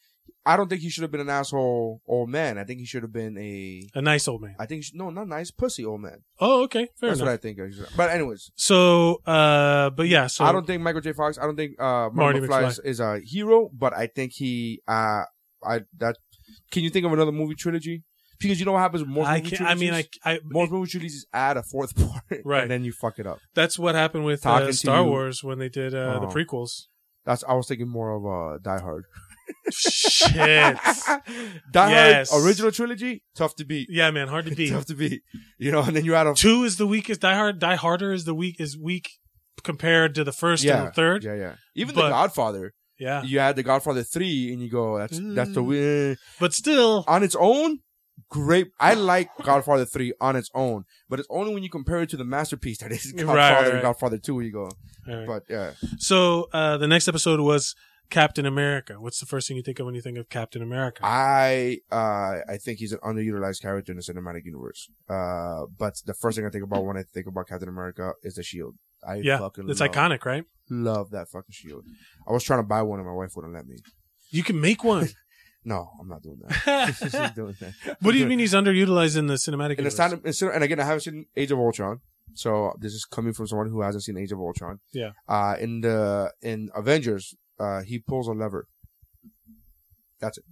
I don't think he should have been an asshole old man. I think he should have been a. A nice old man. I think he should, no, not nice pussy old man. Oh, okay, fair That's enough. what I think. I should- But anyways, so, uh, but yeah, so I don't think Michael J. Fox. I don't think uh, Marty Marty, McFly, Is, is a hero, but I think he. Uh, I that. Can you think of another movie trilogy? Because you know what happens with most I movie can't. I mean, I, trilogies? I most movie trilogies add a fourth part, Right. And then you fuck it up. that's what happened with Talking uh, to Star you. Wars when they did uh, the Oh. prequels. That's I was thinking more of uh, Die Hard. Shit. Die Yes. Hard original trilogy tough to beat. Yeah, man, hard to beat. Tough to beat. You know, and then you add a Two is the weakest. Die Hard, Die Harder is the weak is weak compared to the first and the third. Yeah, Yeah, yeah. Even But- the Godfather. You add the Godfather three, and you go, that's that's Mm. the win but still, on its own. Great. I like Godfather three on its own, but it's only when you compare it to the masterpiece that is Right, Godfather right, right. and Godfather two. Where you go, All right. but yeah, so uh, the next episode was Captain America. What's the first thing you think of when you think of Captain America? I uh I think he's an underutilized character in the cinematic universe. Uh, but the first thing I think about when I think about Captain America is the shield. I yeah, fucking it's love, iconic, right? Love that fucking shield. I was trying to buy one, and my wife wouldn't let me. You can make one. No, I'm not doing that. what She's doing that. do you mean he's underutilized in the cinematic? In the universe? sound, in cin- and again, I haven't seen Age of Ultron, so this is coming from someone who hasn't seen Age of Ultron. Yeah. Uh, in the in Avengers, uh, he pulls a lever. That's it.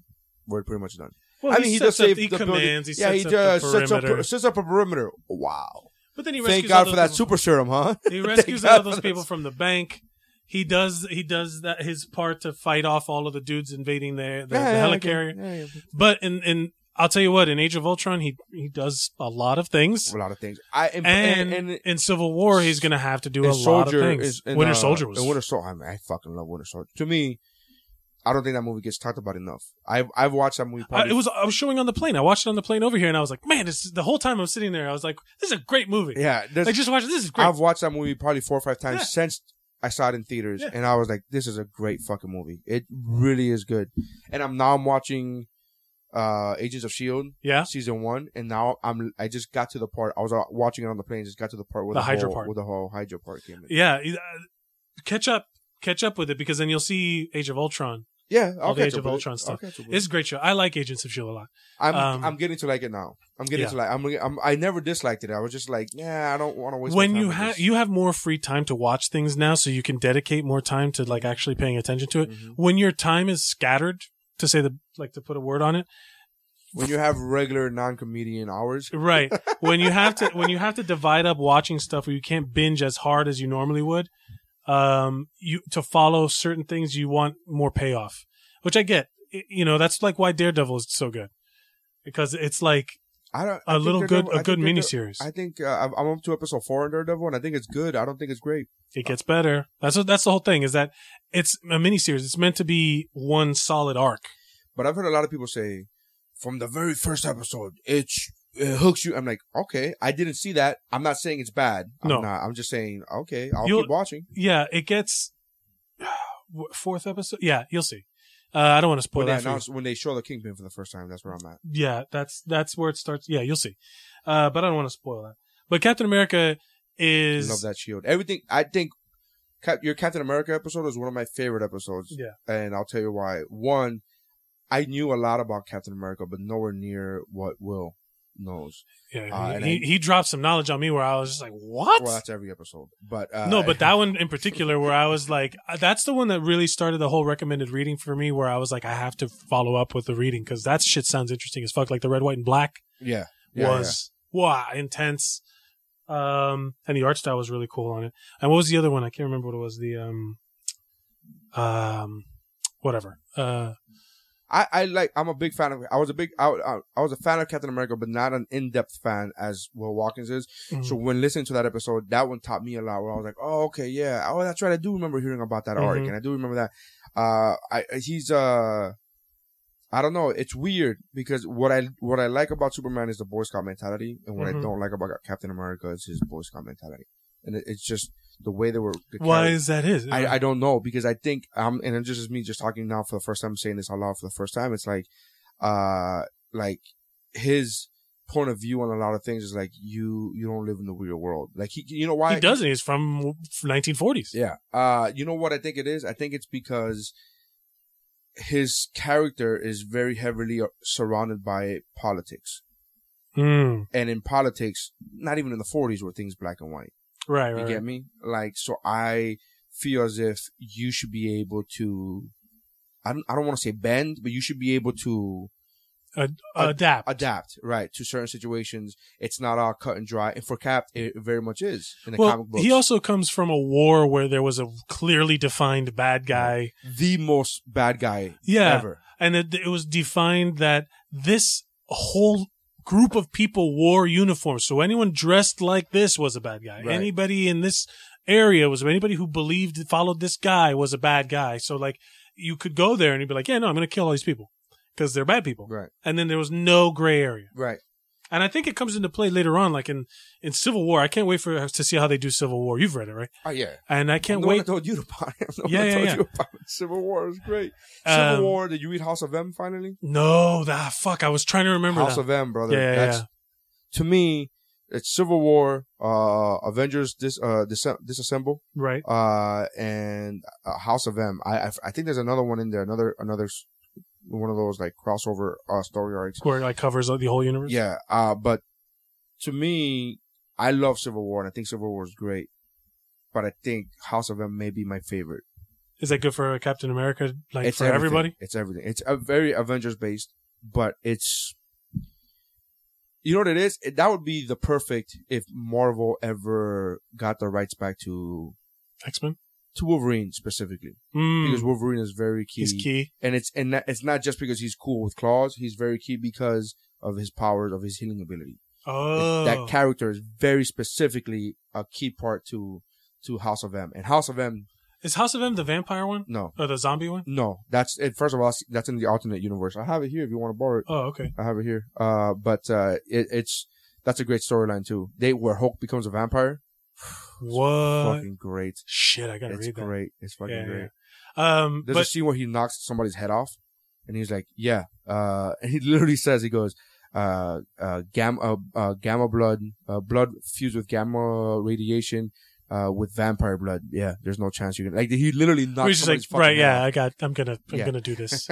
We're pretty much done. well, I mean, he just sets up- saved he the commands. building. He sets up the sets up, perimeter. sets up a perimeter. Wow! but then he Thank rescues God all for those that super serum, huh? people. He rescues Thank all God those for people that. from the bank. He does. He does that his part to fight off all of the dudes invading the the, Yeah, yeah, the okay. helicarrier. Yeah, yeah. But in in I'll tell you what, in Age of Ultron, he he does a lot of things. A lot of things. I and And, and, and in Civil War, he's going to have to do a lot and of Soldier things. is- and, Winter uh, Soldier was and Winter Soldier. I, mean, I fucking love Winter Soldier. To me, I don't think that movie gets talked about enough. I've I've watched that movie. I, Probably, Uh, it was I was showing on the plane. I watched it on the plane over here, and I was like, man, this is, the whole time I'm sitting there, I was like, this is a great movie. yeah. there's- Like just watch it. this is great. I've watched that movie probably four or five times Yeah. since I saw it in theaters, Yeah. Mm-hmm. and I was like, "This is a great fucking movie. It really is good." And I'm now I'm watching uh Agents of Shield yeah, season one, and now I'm I just got to the part I was uh, watching it on the plane. Just got to the part where The the, Hydra whole, part. where the whole Hydra part came in. yeah. you- uh, Catch up, catch up with it because then you'll see Age of Ultron. Yeah, I'll All the catch Age up of with it. Ultron I'll stuff. catch up with It's it. a great show. I like Agents of Shield a lot. I'm um, I'm getting to like it now. I'm getting Yeah. to like I'm I'm I never disliked it. I was just like, yeah, I don't want to waste. my When time you with have this." you have more free time to watch things now, so you can dedicate more time to like actually paying attention to it. Mhm. When your time is scattered, to say the like to put a word on it, when you have regular non comedian hours, right? when you have to when you have to divide up watching stuff where you can't binge as hard as you normally would, um, you to follow certain things you want more payoff, which I get. I- you know that's like why Daredevil is so good because it's like I don't. a I think little they're good double- I a think good they're dou- miniseries. I think uh, I'm- I'm up to episode four in Daredevil, and I think it's good. I don't think it's great. it gets better. That's what, that's the whole thing is that it's a miniseries. It's meant to be one solid arc. But I've heard a lot of people say from the very first episode, it's, it hooks you. I'm like, okay, I didn't see that. I'm not saying it's bad. I'm No. not. I'm just saying, okay, I'll You'll- keep watching. Yeah, it gets what, fourth episode. Yeah, you'll see. Uh, I don't want to spoil When they that. For you. announce when they show the Kingpin for the first time, that's where I'm at. Yeah, that's that's where it starts. Yeah, you'll see. Uh, but I don't want to spoil that. But Captain America is Love that shield. Everything. I think Cap, your Captain America episode is one of my favorite episodes. Yeah. and I'll tell you why. One, I knew a lot about Captain America, but nowhere near what Will knows. Yeah, Uh, and he, I- he dropped some knowledge on me where I was just like, what? Well, that's every episode, but uh, no, but that one in particular, where I was like, uh, that's the one that really started the whole recommended reading for me. Where I was like, I have to follow up with the reading because that shit sounds interesting as fuck. Like the red, white, and black yeah, yeah, was wow intense, um, and the art style was really cool on it. And what was the other one? I can't remember what it was. The um, um, whatever. Uh, yeah. I, I like. I'm a big fan of. I was a big. I, I, I was a fan of Captain America, but not an in-depth fan as Will Watkins is. mm, So when listening to that episode, that one taught me a lot. Where I was like, oh, okay, yeah. Oh, that's right. I do remember hearing about that arc, Mhm. and I do remember that. Uh, I he's uh, I don't know. It's weird because what I what I like about Superman is the Boy Scout mentality, and what Mhm. I don't like about Captain America is his Boy Scout mentality, and it, it's just the way they were. the why character- is that? His I, I don't know because I think um and it just is me just talking now for the first time saying this out loud for the first time. It's like uh like his point of view on a lot of things is like you you don't live in the real world. Like he you know why he doesn't. He's from 1940s. Yeah. Uh you know what I think it is? I think it's because his character is very heavily uh, surrounded by politics. Mm, And in politics, not even in the 40s were things black and white. right, You right. get me? Like, so I feel as if you should be able to, I don't, I don't want to say bend, but you should be able to right. Adapt. adapt, right, to certain situations. It's not all cut and dry. And for Cap, it very much is in the well, comic books. he also comes from a war where there was a clearly defined bad guy. the most bad guy Yeah. ever. And it, it was defined that this whole group of people wore uniforms. So anyone dressed like this was a bad guy. Right. Anybody in this area was anybody who believed, followed this guy was a bad guy. So, like, you could go there and you'd be like, yeah, no, I'm going to kill all these people because they're bad people. Right. And then there was no gray area. Right. and I think it comes into play later on, like in in Civil War. I can't wait for to see how they do Civil War. You've read it, right? Oh, yeah. And I can't I'm the wait. One that told you about it. I'm the Yeah, one that yeah, told yeah. you about it. Civil War is great. Um, Civil War, did you read House of M finally? No, that fuck. I was trying to remember House that. of M, brother. Yeah, yeah, That's yeah. to me, it's Civil War, uh, Avengers dis uh dis- disassemble, right. uh, and uh, House of M. I, I I think there's another one in there, another another s- one of those like crossover uh, story arcs. Where it like covers the whole universe. Yeah, uh, but to me, I love Civil War, and I think Civil War is great. But I think House of M may be my favorite. Is that good for Captain America? Like it's for everything. everybody? It's everything. It's a very Avengers based, but it's you know what it is. It, that would be the perfect if Marvel ever got the rights back to X Men. to Wolverine specifically because Mm, Wolverine is very key, he's key. and it's and that, it's not just because he's cool with claws. He's very key because of his powers of his healing ability. It- Oh, That character is very specifically a key part to to House of M and House of M Is House of M the vampire one No, or the zombie one? no, that's it. First of all, that's in the alternate universe. I have it here if you want to borrow it. Oh, okay. I have it here. Uh, but uh, it, it's that's a great storyline too. They where Hulk becomes a vampire. What? fucking great. Shit, I gotta It's Uh, read that. great. It's fucking Yeah, great. yeah. Um, There's a but scene where he knocks somebody's head off, and he's like, "Yeah," uh, and he literally says, "He goes, uh, uh, gamma, uh, uh, gamma blood, uh, blood fused with gamma radiation, uh, with vampire blood. Yeah, there's no chance you can like." He literally we're knocks just like, somebody's fucking right? head Yeah, I got. I'm gonna. I'm Yeah. gonna do this.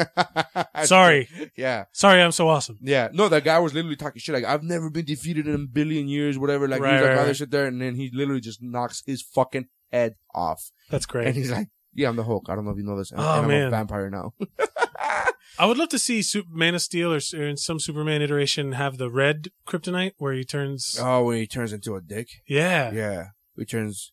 off. Sorry, Yeah. sorry, I'm so awesome. Yeah, no, that guy was literally talking shit like I've never been defeated in a billion years, whatever. Like Right, he's like right, all right. this shit there, and then he literally just knocks his fucking head off, That's and great. he's like, "Yeah, I'm the Hulk. I don't know if you know this, and, Oh, and I'm man. a vampire now." I would love to see Sup- Man of Steel or, s- or in some Superman iteration have the red kryptonite where he turns. oh, when he turns into a dick, yeah, yeah, he turns.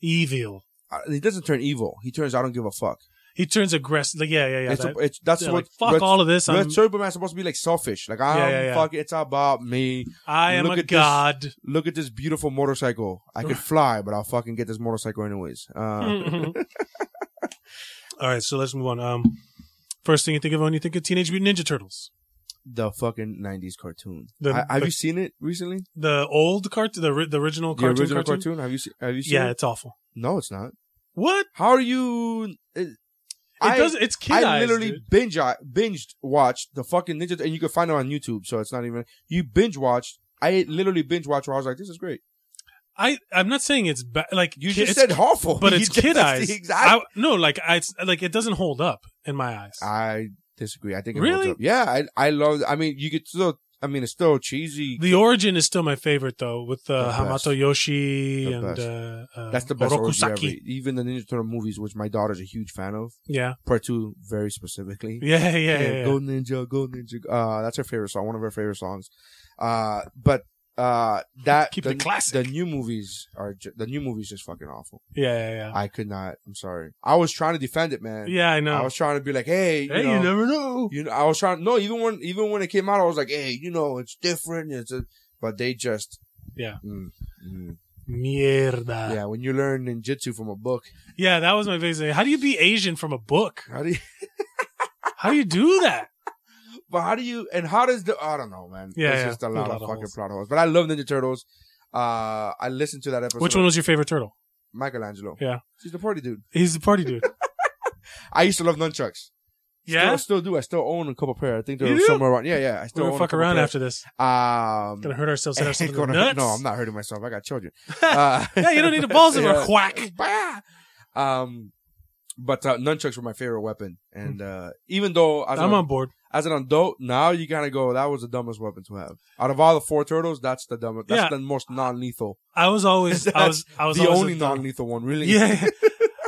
evil. Uh, he doesn't turn evil. He turns. I don't give a fuck. He turns aggressive. Like, yeah, yeah, yeah. it's, that- it's that's yeah, what like, fuck Red, all of this. Red I'm, Superman's supposed to be like selfish. Like I'm yeah, yeah. fucking. It's about me. I am look a at this- god. Look at this beautiful motorcycle. I could fly, but I'll fucking get this motorcycle anyways. Uh, all right, so let's move on. Um, first thing you think of when you think of Teenage Mutant Ninja Turtles, the fucking '90s cartoon. The- I- have the- you seen it recently? the old cartoon, the, ri- the original The cartoon, original cartoon? cartoon? Have you seen? Have you seen? Yeah, It? it's awful. No, it's not. What? How are you? It, It I, does. It's kid I eyes, literally dude. binge binged watched the fucking Ninja, and you can find it on YouTube. So it's not even you binge watched. I literally binge watched where I was like, "This is great." I I'm not saying it's bad. Like You ki- just it's- said awful, but You it's just- kid that's eyes. the I, exact- no, like I, it's, like it doesn't hold up in my eyes. I, disagree. I think it Really? Holds up. Yeah, I I love. I mean, you could still. I mean, it's still cheesy. the origin is still my favorite though, with uh, The best. Hamato Yoshi The and best. uh, uh, That's the best OG ever. Orokusaki. Even the Ninja Turtle movies, which my daughter's a huge fan of, Yeah, part two very specifically. yeah, yeah, yeah. yeah, Go Ninja, Go Ninja. Uh, that's her favorite song, one of her favorite songs. Uh, but uh, that Keep the, it classic. The new movies are ju- the new movies just fucking awful. yeah, yeah, I could not. I'm sorry. I was trying to defend it, yeah. man. Yeah, I know. I was trying to be like, hey, you hey, know, you never know. you know, I was trying. No, even when even when it came out, I was like, hey, you know, it's different. It's a, but they just Yeah. Uh, Mm, mm. Mierda. Yeah. yeah. When you learn ninjutsu from a book, that was my biggest thing. How do you be Asian from a book? how do you? How do you do that? But how do you and how does the I don't know, man. Yeah, it's yeah. just a lot, A lot of, of fucking holes. plot holes. But I love Ninja Turtles. Uh, I listened to that episode. Which one was your favorite turtle? Michelangelo. Yeah. he's the party dude. He's the party dude. I used to love nunchucks. Yeah, still, still do. I still own a couple pair. I think You they're do? somewhere around. Yeah, yeah. I still we're own gonna a fuck couple around pair. after this. Um, Gonna hurt ourselves. Hit ourselves in the gonna- nuts. no, I'm not hurting myself. I got children. uh, Yeah, you don't need the balls in Yeah. a whack. Bah! Um, but uh, nunchucks were my favorite weapon, and uh, even though as Hmm. I'm an, on board. as an adult now, you gotta go. That was the dumbest weapon to have out of all the four turtles. That's the dumbest. That's Yeah. the most non-lethal. I was always, I was, I was the always only a- non-lethal one, really. Yeah.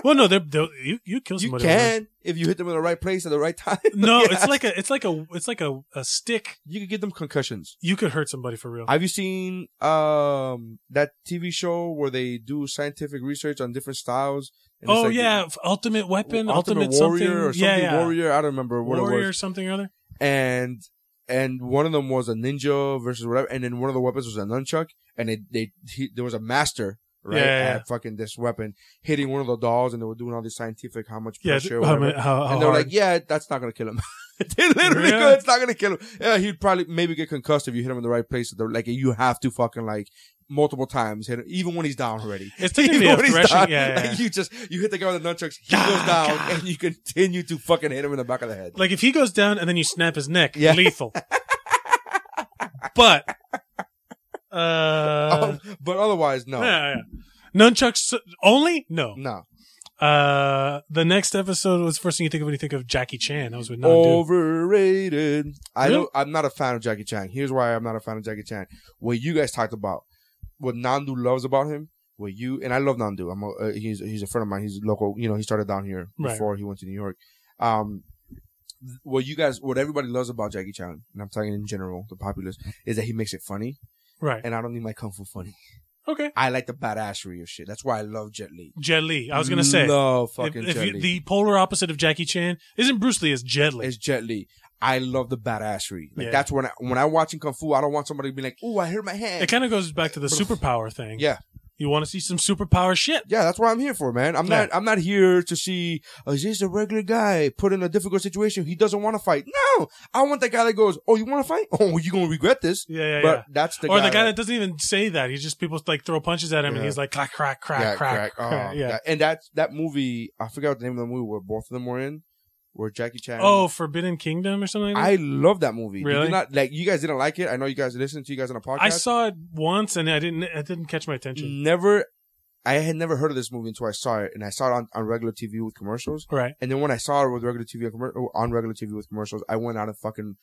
Well, no, they're, they're you you kill you somebody. can if you hit them in the right place at the right time. No, Yeah. it's like a, it's like a, it's like a, a stick. you could get them concussions. You could hurt somebody for real. Have you seen um that TV show where they do scientific research on different styles? And it's oh like yeah, f- ultimate weapon, ultimate, warrior something. or something yeah, yeah. warrior. I don't remember what warrior it or was. something or other. And and one of them was a ninja versus whatever, and then one of the weapons was a nunchuck, and they they he, there was a master. Right Yeah, yeah, at yeah. fucking this weapon, hitting one of the dolls, and they were doing all this scientific how much Yeah, pressure, how, whatever. many- how, how and they're hard. like, "Yeah, that's not gonna kill him." they literally Really? go, "It's not gonna kill him." Yeah, he'd probably maybe get concussed if you hit him in the right place. They're like, you have to fucking like multiple times hit him, even when he's down already. It's Even technically a when he's thrashing. Yeah, down, yeah, yeah. like, Like, you just you hit the guy with the nunchucks, he Gah, goes down, gah. and you continue to fucking hit him in the back of the head. if he goes down and then you snap his neck, Yeah. lethal. but uh, Um, but otherwise, no, yeah, yeah. nunchucks only? No. no. Uh, the next episode was first thing you think of when you think of Jackie Chan. That was with Nan Oh, Du. Overrated. I Really? don't. I'm not a fan of Jackie Chan. Here's why I'm not a fan of Jackie Chan. What you guys talked about, what Nandu loves about him, what you and I love Nandu. I'm a, uh, he's he's a friend of mine. He's local. You know, he started down here Right. before he went to New York. Um, what you guys, what everybody loves about Jackie Chan, and I'm talking in general, the populace, is that he makes it funny, Right. and I don't need my kung fu funny. Okay. I like the badassery of shit. That's why I love Jet Li. Jet Li. I was gonna say. love if- fucking if Jet you- Li. the polar opposite of Jackie Chan isn't Bruce Lee, is Jet Li. It's Jet Li. I love the badassery. Like Yeah. that's when I, when I watch in Kung Fu, I don't want somebody to be like, "Oh, I hurt my hand." It kind of goes back to the superpower thing. Yeah. You want to see some superpower shit. Yeah, that's what I'm here for, man. I'm Yeah. not I'm not here to see oh, is this a regular guy put in a difficult situation he doesn't want to fight. No, I want that guy that goes, "Oh, you want to fight? Oh, you're gonna regret this." Yeah, yeah, but yeah. that's the or guy the guy that doesn't even say that. He just people like throw punches at him, and Yeah. he's like crack, crack, crack, yeah, crack. Oh, yeah. that- and that's that movie. I forgot the name of the movie where both of them were in, where Jackie Chan. Oh, Forbidden Kingdom or something. Like that? I love that movie. Did you Really? not like you guys didn't like it. I know you guys listened to you guys on a podcast. I, saw it once, and I didn't. It didn't catch my Mm. attention. never. I had never heard of this movie until I saw it, and I saw it on, on regular TV with commercials. Right. And then when I saw it with regular TV and commer- or on regular TV with commercials, I went out and fucking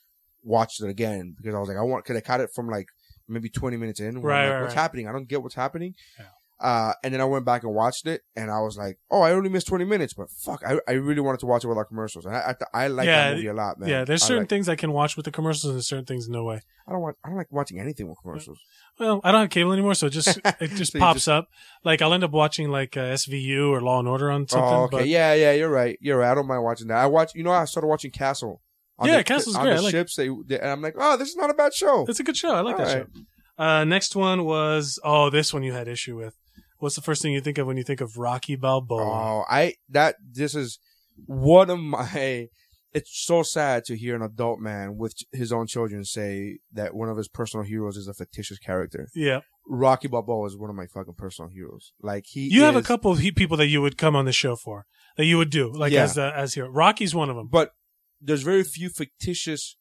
watched it again because I was like, I want because I caught it from like maybe twenty minutes in. where I'm Right, like, right, what's right. happening? I don't get what's happening. Yeah. Uh, and then I went back and watched it, and I was like, "Oh, I only missed twenty minutes, but fuck, I, I really wanted to watch it without commercials." And I I, I like Yeah, that movie a lot, man. yeah, there's I certain like- things I can watch with the commercials, and certain things no way. I don't want I don't like watching anything with commercials. Well, I don't have cable anymore, so it just it just So you pops just- up. Like I'll end up watching like uh, SVU or Law and Order on something. oh, okay, but yeah, yeah, you're right, you're right. I don't mind watching that. I watch, you know, I started watching Castle. on Yeah, the- Castle's on great. The I like- ships, they, they- and I'm like, oh, this is not a bad show. it's a good show. I like that All show. Uh, next one was oh, this one you had issue with. What's the first thing you think of when you think of Rocky Balboa? Oh, I that this is one of my. It's so sad to hear an adult man with his own children say that one of his personal heroes is a fictitious character. Yeah, Rocky Balboa is one of my fucking personal heroes. Like he, you have a is- couple of he- people that you would come on the show for that you would do like Yeah. as the, as hero. Rocky's one of them. but there's very few fictitious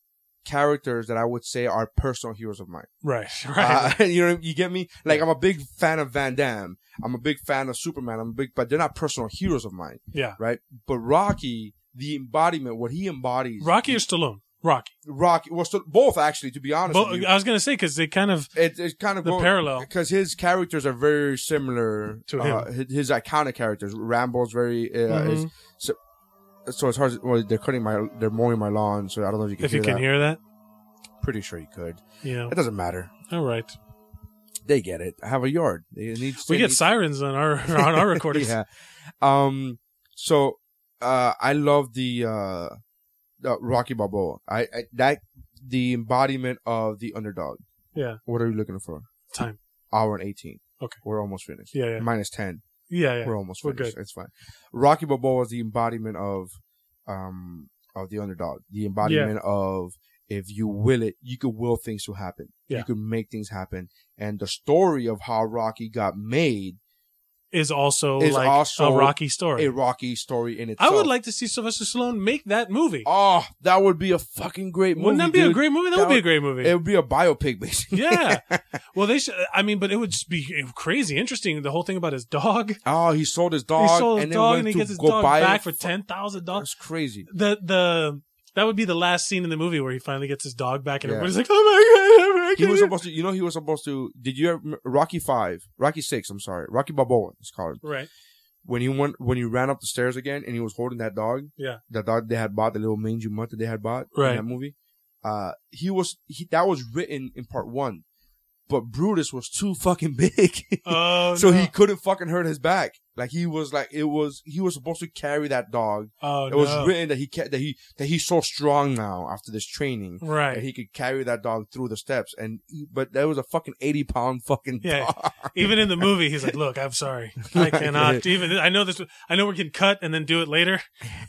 characters that I would say are personal heroes of mine. Right, right. Uh, you know, you get me? Like I'm a big fan of Van Damme. I'm a big fan of Superman. I'm a big, but they're not personal heroes of mine, yeah, right? But Rocky, the embodiment, what he embodies, Rocky or Stallone? Rocky. Rocky. Well, so both actually, to be honest, Bo- with you, I was gonna say because they kind of it, it's kind of the parallel. because his characters are very similar To uh, hi- his, iconic characters. Rambo's very uh, is- Mhm. Mm-hmm. so it's hard. to- Well, they're cutting my, they're mowing my lawn, so I don't know if you can if hear you can that. hear that, Pretty sure you could. yeah. It doesn't matter. All right. They get it. I have a yard. They need. We they get need- sirens on our on our recordings. yeah. Um. So, uh, I love the uh, the Rocky Balboa. I, I that the embodiment of the underdog. Yeah. What are you looking for? Time. Hour and eighteen. Okay. We're almost finished. Yeah, yeah. Minus ten. Yeah, yeah. We're almost We're finished. It's fine. Rocky Balboa is the embodiment of, um, of the underdog. The embodiment of if you will it, you could will things to happen. Yeah. You could make things happen. And the story of how Rocky got made Is also Is like also a Rocky a story. Rocky story in I itself. would like to see Sylvester Stallone make that movie. Oh, that would be a fucking great movie. Wouldn't that be a dude. great movie? That, would That be a would- great movie. It would be a biopic, basically. yeah. Well, they should. I mean, but it would just be crazy interesting. The whole thing about his dog. Oh, he sold his dog. he sold his and then dog went and he to gets his go dog buy back it. for ten thousand dollars. That's crazy. The the that would be the last scene in the movie where he finally gets his dog back and Yeah. everybody's like, "Oh my god!" He was supposed to. You know, he was supposed to. Did you ever, Rocky Five, Rocky Six? I'm sorry, Rocky Balboa. It's called right. when he went when he ran up the stairs again and he was holding that dog. Yeah. the dog they had bought, the little mangy mutt that they had bought Right. in that movie. Uh, he was he, that was written in part one, but Brutus was too fucking big. Oh, so no. he couldn't fucking hurt his back. Like he was like it was he was supposed to carry that dog. Oh, it was no. written that he ca- that he that he's so strong now after this training right. that he could carry that dog through the steps. And he- but there was a fucking eighty pound fucking Yeah. dog. even in the movie, he's like, "Look, I'm sorry, I cannot." Even I know this. I know we're getting cut and then do it later,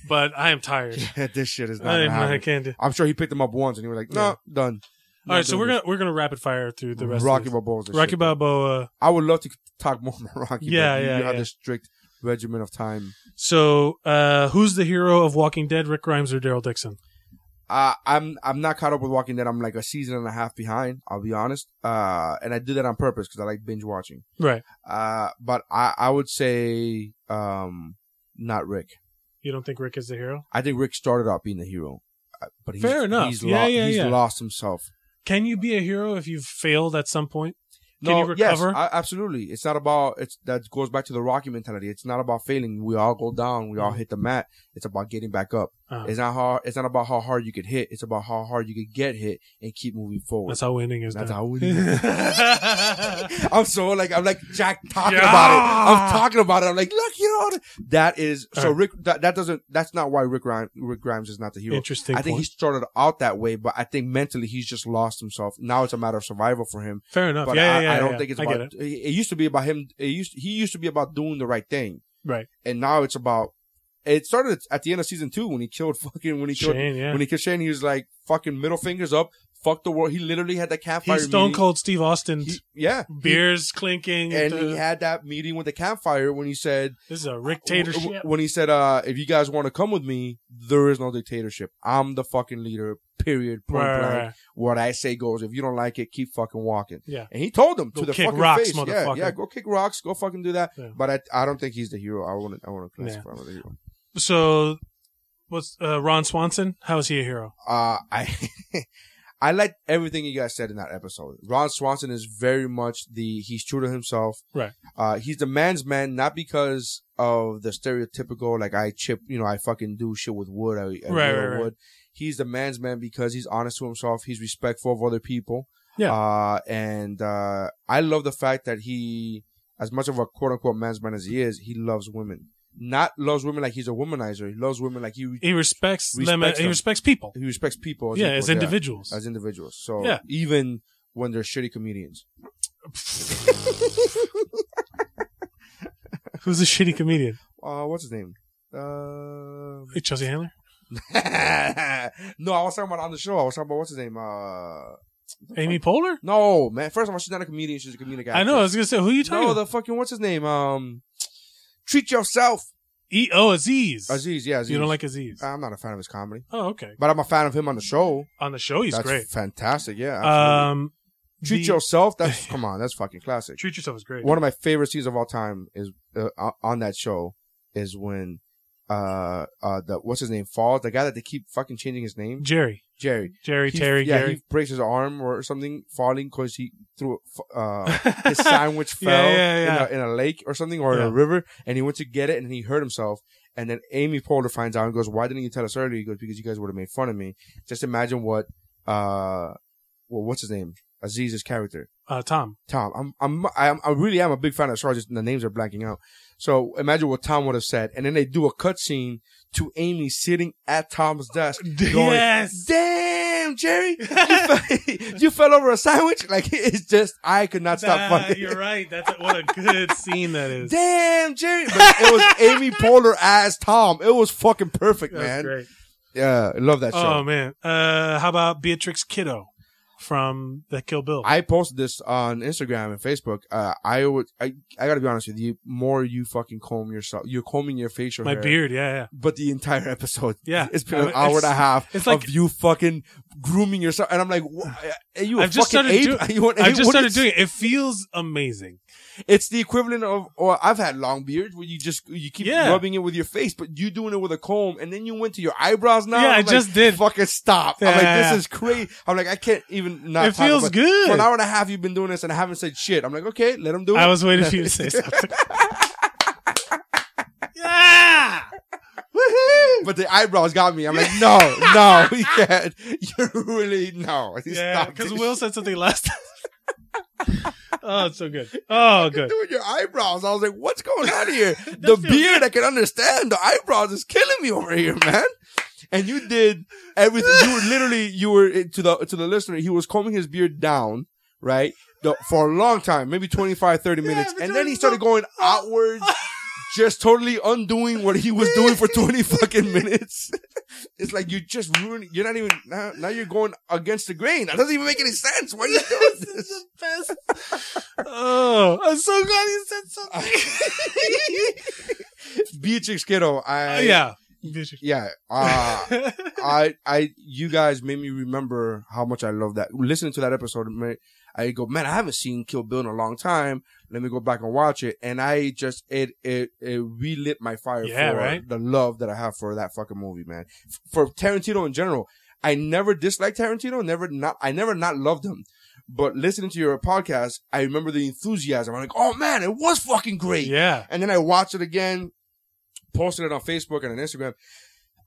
but I am tired. this shit is not. I, gonna happen. I can't do. I'm sure he picked him up once and he was like, no, done. All right, so we're gonna we're gonna rapid fire through the rest. Rocky of Balboa. is the this. Rocky shit. Balboa. I would love to talk more about Rocky. Yeah, but you- yeah, You have yeah. this strict regimen of time. So, uh, who's the hero of Walking Dead? Rick Grimes or Daryl Dixon? Uh, I'm I'm not caught up with Walking Dead. I'm like a season and a half behind. I'll be honest. Uh, and I do that on purpose because I like binge watching. Right. Uh, but I I would say um not Rick. You don't think Rick is the hero? I think Rick started out being the hero, Uh, but he's, Fair enough. He's, Yeah, lo- yeah, he's yeah. lost himself. Can you be a hero if you've failed at some point? Can you recover? Yes, I, absolutely. It's not about it's that Mm-hmm. goes back to the Rocky mentality. It's not about failing. We all go down. We all hit the mat. It's about getting back up. Uh-huh. It's not hard. It's not about how hard you could hit. It's about how hard you could get hit and keep moving forward. That's how winning is That's done. how winning I'm so like I'm like Jack talking Yeah. about it. I'm talking about it. I'm like, look, you know that is so. Alright. Rick that, that doesn't. That's not why Rick Grimes, Rick Grimes is not the hero. Interesting. I think point. he started out that way, but I think mentally he's just lost himself. Now it's a matter of survival for him. fair enough. But yeah, I, yeah, yeah, I don't yeah. think it's I about. get It. it. it used to be about him. It used he used to be about doing the right thing, Right. and now it's about. It started at the end of season two when he killed fucking when he killed Shane, yeah. when he killed Shane. He was like fucking middle fingers up. Fuck the world. He literally had that campfire. He's Stone meeting. Cold Steve Austin. He- yeah, beers clinking. and the- he had that meeting with the campfire when he said this is a dictatorship. w- when he said uh if you guys want to come with me there is no dictatorship i'm the fucking leader period point Right, blank right, right. what i say goes if you don't like it keep fucking walking Yeah. and he told them Go to the kick fucking rocks, face yeah yeah motherfucker. go kick rocks go fucking do that Yeah. but I, I don't think he's the hero i want to i want to Yeah. classify him as a hero So, what's uh, Ron Swanson? How is he a hero? uh i I like everything you guys said in that episode. Ron Swanson is very much the he's true to himself. Right. Uh, he's the man's man, not because of the stereotypical like I chip, you know, I fucking do shit with wood. I, I Right, wield right, right. wood. He's the man's man because he's honest to himself. He's respectful of other people. Yeah. Uh, and uh, I love the fact that he, as much of a quote unquote man's man as he is, he loves women. Not loves women like he's a womanizer. He loves women like he He respects, them. Respects He them. respects people. he respects people. yeah, equals, as individuals. as individuals. So Yeah. even when they're shitty comedians, Who's a shitty comedian? uh, what's his name? Uh, Hey, Chelsea Handler. no, I was talking about on the show. I was talking about what's his name? Uh, Amy Poehler. no, man. First of all, she's not a comedian. She's a comedic actress. I know. I was gonna say, who are you talking? no, about? the fucking what's his name? Um, treat yourself. E- oh, Aziz. Aziz, Uh, yeah. Aziz. You don't like Aziz? I'm not a fan of his comedy, oh, okay. but I'm a fan of him on the show. On the show, he's that's great. fantastic. Yeah. absolutely. Um, treat the- yourself. That's come on. That's fucking classic. Treat yourself is great. one of my favorite scenes of all time is uh, o- on that show is when uh uh the what's his name falls the guy that they keep fucking changing his name Jerry, Jerry Jerry, He- Terry, yeah Gary. he breaks his arm or something falling because he threw uh his sandwich Yeah, fell yeah, yeah. In, a, in a lake or something or in Yeah. a river and he went to get it and he hurt himself and then Amy Poehler finds out and goes why didn't you tell us earlier he goes because you guys would have made fun of me just imagine what uh well what's his name Aziz's character uh, Tom. Tom. I'm, I'm, I'm, I really am a big fan of Sarge. just The names are blanking out. So imagine what Tom would have said. And then they do a cutscene to Amy sitting at Tom's desk. Going, yes. Damn, Jerry, you, fell, you fell over a sandwich. Like it's just, I could not stop Nah, funny. you're right. That's a, what a good scene that is. Damn, Jerry. But it was Amy Poehler as Tom. It was fucking perfect, That's man. great. Yeah, I love that show. Oh man. Uh, how about Beatrix Kiddo from the Kill Bill? I posted this on Instagram and Facebook. Uh, I would, I, I gotta be honest with you. More you fucking comb yourself, you're combing your facial My hair. beard. Yeah, yeah. but the entire episode. Yeah. it's been I an mean, hour it's- and a half it's like- of you fucking grooming yourself, and I'm like, "Wha- are you a I've just fucking started ape? doing. Are you an I've ape? just What started is- doing it. It feels amazing. It's the equivalent of, or I've had long beards where you just you keep Yeah. rubbing it with your face, but you doing it with a comb, and then you went to your eyebrows now. Yeah, I'm I like, just did. Fucking stop! I'm like, Yeah. this is crazy. I'm like, I can't even not. It talk feels about- good. For an hour and a half, you've been doing this, and I haven't said shit. I'm like, okay, let him do it. I was waiting for you to say something. yeah. Woohoo! but the eyebrows got me. I'm like, no, no, we can't. You really no. Yeah, Stop because this Will said something last time. oh, it's so good. Oh, good. doing your eyebrows. I was like, what's going on here? the feels beard, I can understand. The eyebrows is killing me over here, man. And you did everything. You were literally, you were eh, to the to the listener. He was combing his beard down, right, the, for a long time, maybe 25, 30 minutes, but and then then he it's started not- going outwards, just totally undoing what he was doing for twenty fucking minutes. It's like you just ruining. You're not even now. Now you're going against the grain. That doesn't even make any sense. Why are you doing This this? is the best. Oh, I'm so glad you said something. Beatrix Kiddo, I Uh, yeah. yeah. Uh, I I you guys made me remember how much I love that. Listening to that episode, ma- I go, man, I haven't seen Kill Bill in a long time. Let me go back and watch it, and I just it it it relit my fire Yeah, for right? the love that I have for that fucking movie, man. F- For Tarantino in general, I never disliked Tarantino. Never not I never not loved him. But listening to your podcast, I remember the enthusiasm. I'm like, oh man, it was fucking great. yeah. And then I watched it again, posted it on Facebook and on Instagram.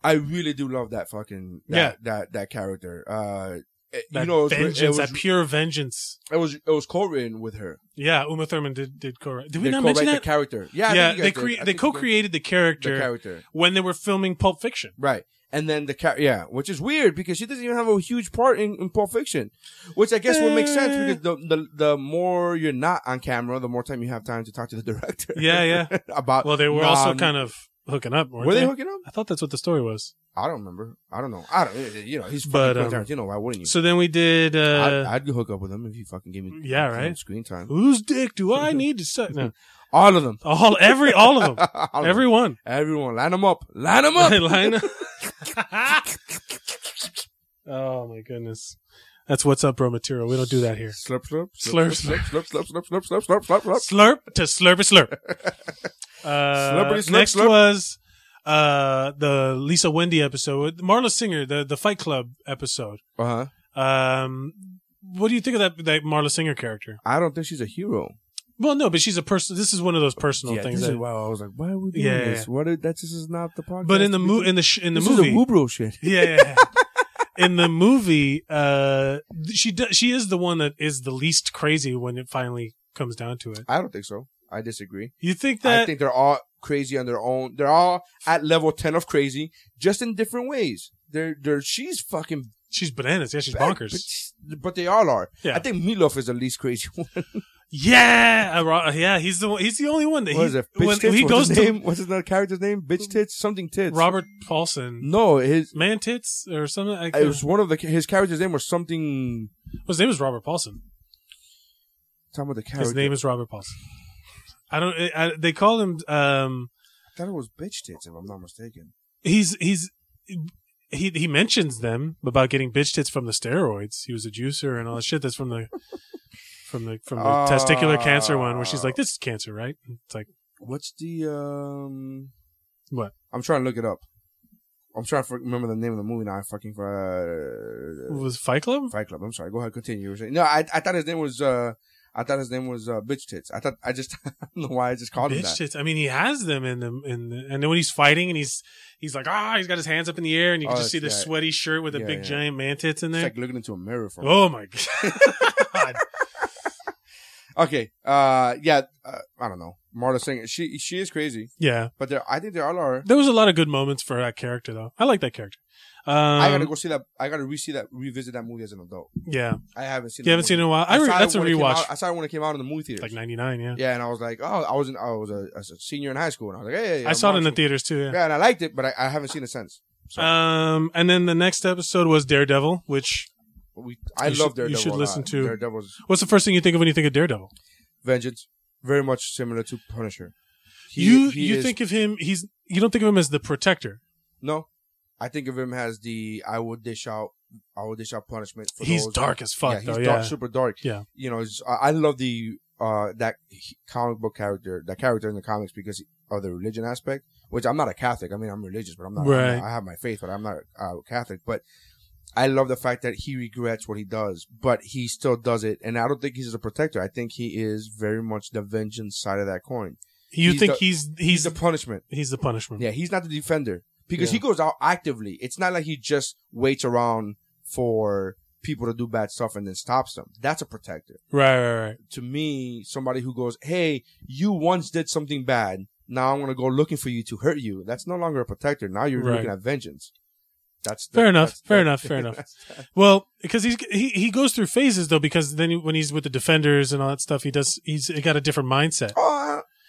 I really do love that fucking that, Yeah. that that character. Uh, it- That you know, it was, it, vengeance, was, that pure vengeance. it was it was co-written with her. Yeah, Uma Thurman did did co-write. Did we They not co-write mention the that? character. Yeah, I yeah, think you they guys did. cre- I they think you did. co-created the the character character, when they were filming Pulp Fiction. right? And then the car, yeah, which is weird because she doesn't even have a huge part in, in Pulp Fiction, which I guess would make sense Eh. because the, the the more you're not on camera, the more time you have time to talk to the director. Yeah, yeah. about Well, they were also kind of hooking up, of weren't Uh, were they they? hooking up? I thought that's what the story was. I don't remember. I don't know. I don't. You know, he's But, fucking Quentin um, Tarantino. Why wouldn't you? So then we did. Uh, I'd, I'd hook up with him if he fucking gave me Yeah, some right? screen time. whose dick do I need to suck? No, All of them. all every all of them, All of them. every one. everyone, line them up, line them up. Line up. oh my goodness, that's what's up, bro. Material. We don't do that here. Slurp, slurp, Slurp, slurp, slurp, slurp, slurp, slurp, slurp, slurp, slurp, slurp. Slurp to slurpy slurp. Uh, Slurpity slurp next slurp. was uh the Lisa Wendy episode, Marla Singer, the the Fight Club episode. Uh huh. Um, what do you think of that that Marla Singer character? I don't think she's a hero. Well, no, but she's a person. This is one of those personal yeah, things. this that- is why I was like, why are we doing Yeah, yeah, this? What? Are, that this is not the podcast. but in the to mo- begin- in the sh- in the this movie, is a Woobro shit. yeah, yeah, yeah. in the movie, uh, th- she do- she is the one that is the least crazy when it finally comes down to it. I don't think so. I disagree. You think that? I think they're all crazy on their own. They're all at level ten of crazy, just in different ways. They're they're she's fucking She's bananas. Yeah, she's bad, bonkers. but, but they all are. Yeah. I think Meatloaf is the least crazy one. yeah, I ro- yeah. He's the one, he's the only one that What he- is it? Bitch when tits? he What's goes his to name? What's his other character's name? Bitch tits? Something tits. Robert Paulson, No, his man tits or something. I it can't- was one of the his character's name was something. his name is Robert Paulson. Talking about the character. His name is Robert Paulson. I don't. I, I- they call him. um I thought it was bitch tits, if I'm not mistaken. he's he's he he mentions them about getting bitch tits from the steroids. He was a juicer and all that shit. That's from the from the from the Oh. testicular cancer one, where she's like, "This is cancer, right?" It's like What's the um? What? I'm trying to look it up. I'm trying to remember the name of the movie now. I fucking uh, was Fight Club. Fight Club. I'm sorry. Go ahead, continue. You were saying- No, I, I thought his name was uh, I thought his name was uh, bitch tits. I thought I just I don't know why I just called him Bitch that. tits. I mean, he has them in the in the, and then when he's fighting and he's he's like, ah, he's got his hands up in the air and you can Oh, just see the yeah. sweaty shirt with the Yeah, big yeah. giant man tits in there. It's like looking into a mirror for. oh my god! Oh. Okay. Uh, yeah. Uh, I don't know. Marla Singer. She she is crazy, yeah, but there I think there all are. there was a lot of good moments for that character though. I like that character. Um, I gotta go see that. I gotta re-see that, revisit that movie as an adult. yeah, I haven't seen. you that haven't movie. seen it in a while. I re- saw it that's a when it came rewatch. out- I saw it when it came out in the movie theater. like 99 yeah, yeah, and I was like, oh, I was in, I was a, a senior in high school, and I was like, hey, i saw it in the theaters too yeah. yeah, and I liked it, but I, I haven't seen it since. So um and then the next episode was daredevil which we, I you love should- you Daredevil. should a listen lot. to- Daredevil's what's the first thing you think of when you think of daredevil Vengeance, very much similar to Punisher. He- you he you is- think of him he's you don't think of him as the protector no? I think of him as the I will dish out, I will dish out punishment. For he's those- dark as fuck he's though dark, yeah super dark. Yeah. you know, it's- I I love the uh that he- comic book character, that character in the comics because of the religion aspect. Which I'm not a Catholic. I mean, I'm religious, but I'm not. I'm Right. not- I have my faith, but I'm not uh, Catholic. But I love the fact that he regrets what he does, but he still does it. And I don't think he's a protector. I think he is very much the vengeance side of that coin. you he's think the- he's He's he's the he's the, punishment. punishment Yeah, he's not the defender because Yeah. he goes out actively. It's not like he just waits around for people to do bad stuff and then stops them. That's a protector right right right to me somebody who goes, "Hey, you once did something bad. Now I'm gonna go looking for you to hurt you." That's no longer a protector. Now you're Right. looking at vengeance. That's the- Fair enough, that's fair the- enough, fair enough. that's the- well because he's he, he goes through phases though because then he- when he's with the defenders and all that stuff he does he's got a different mindset oh,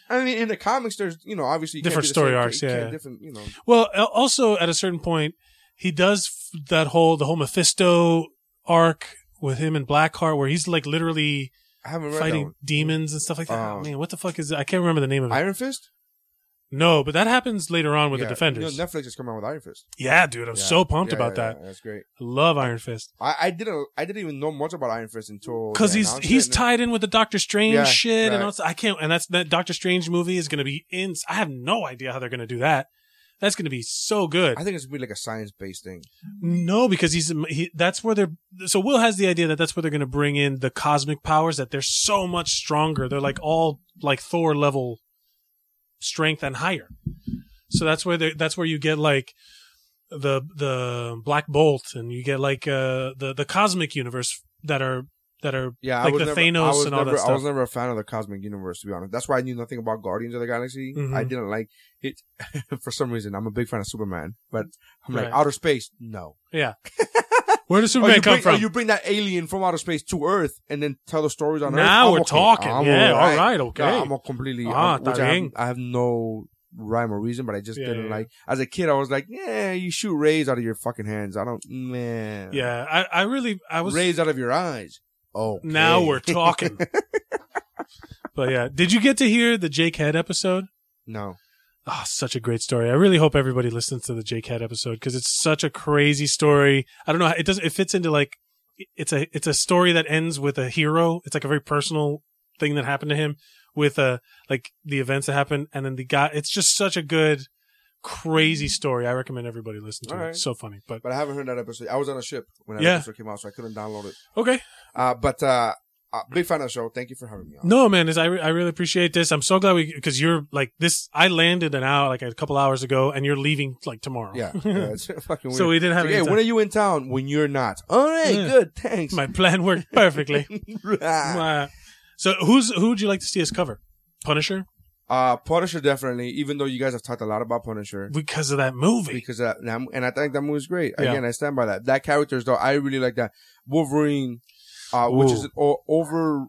I I mean, in the comics, there's you know obviously you can't Different be the story same- arcs, you can't- yeah. different, you know. Well, al- also at a certain point, he does f- that whole the whole Mephisto arc with him and Blackheart, where he's like literally I haven't read that fighting one. demons and stuff like that. Oh, Um, man, what the fuck is? I can't remember the name of it. Iron Fist no, but that happens later on with Yeah. the Defenders. You know, Netflix has come out with Iron Fist. yeah, dude, I'm Yeah. so pumped Yeah, about yeah, that. yeah, that's great. I love Iron Fist I, I didn't I didn't even know much about Iron Fist until because they he's announced he's it. tied in with the Doctor Strange Yeah, shit and right. all, that- I can't. And that's that Doctor Strange movie is going to be in. I have no idea how they're going to do that. That's going to be so good. I think it's gonna be like a science based thing. No, because he's he, that's where they're. So Will has the idea that that's where they're going to bring in the cosmic powers that they're so much stronger. They're like all like Thor level strength and higher. So that's where they, that's where you get like the the Black Bolt, and you get like uh, the the cosmic universe that are that are Yeah, I Like was the never, Thanos I was and all that never- I stuff. was never a fan of the cosmic universe, to be honest. That's why I knew nothing about Guardians of the Galaxy. Mhm. I didn't like it for some reason. I'm a big fan of Superman, but I'm like Right. outer space. No, yeah. Where does or Superman you, come bring, or from? you bring that alien from outer space to Earth and then tell the stories on Earth. now I'm we're okay. talking. I'm yeah, all right, Yeah, okay. I'm a completely. Ah, I'm- which está I, have, bien. I have no rhyme or reason, but I just Yeah, didn't yeah, like. As a kid, I was like, yeah, you shoot rays out of your fucking hands. I don't, man. yeah, I, I really I was rays out of your eyes. Oh, Now we're talking. but yeah, did you get to hear the Jake Head episode? no. Ah, such a great story. I really hope everybody listens to the Jake Head episode because it's such a crazy story. I don't know. It doesn't. It fits into like it's a it's a story that ends with a hero. It's like a very personal thing that happened to him with uh like the events that happened and then the guy. It's just such a good crazy story. I recommend everybody listen to All it. right. It's so funny. But But I haven't heard that episode. I was on a ship when that Yeah. episode came out, so I couldn't download it. okay. Uh, but uh, uh, big fan of the show. Thank you for having me on. No, man, is I, re- I really appreciate this. I'm so glad we because you're like this. I landed an hour like a couple hours ago, and you're leaving like tomorrow. Yeah, yeah, it's fucking weird. so we didn't have Like, any hey, time. when are you in town? When you're not. All right, Yeah. good. Thanks. My plan worked perfectly. uh, Mwah. so who's who would you like to see us cover? Punisher Uh, Punisher definitely. Even though you guys have talked a lot about Punisher, because of that movie. because uh, and, I'm- and I think that movie's great. Yeah. Again, I stand by that. That character's though, I really like that Wolverine, uh, which Ooh. is an o- over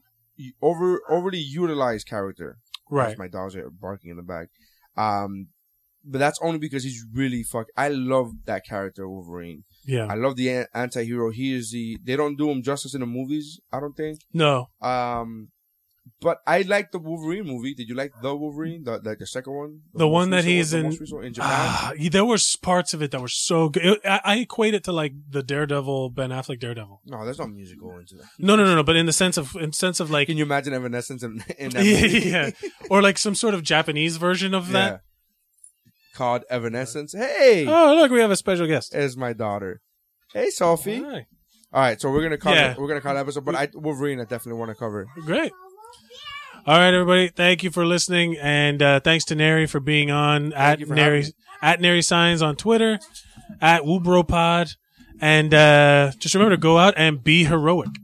over overly utilized character. right. That's my dogs are barking in the back. Um, but that's only because he's really fuck. I love that character Wolverine. Yeah. I love the an- anti-hero. He is the. They don't do him justice in the movies. I don't think. No. Um, but I like the Wolverine movie. Did you like the Wolverine? The like the second one. The most one that recent he's the in- most recent one in Japan. Ah, there were s- parts of it that were so good. It- I, I equate it to like the Daredevil, Ben Affleck Daredevil. no, there's no music going into that. No, no, no, no. But in the sense of in sense of like Can you imagine Evanescence in, in that yeah, movie? yeah, or like some sort of Japanese version of that. Yeah. Called Evanescence. Hey, Oh, look, we have a special guest. is my daughter. Hey, Sophie. Hi. All right, so we're gonna call Yeah. it, we're gonna call it episode, but I Wolverine I definitely want to cover. Great. All right, everybody. Thank you for listening, and uh, thanks to Neri for being on you at for Neri having at Neri Signs on Twitter, at WooBroPod, and uh, just remember to go out and be heroic.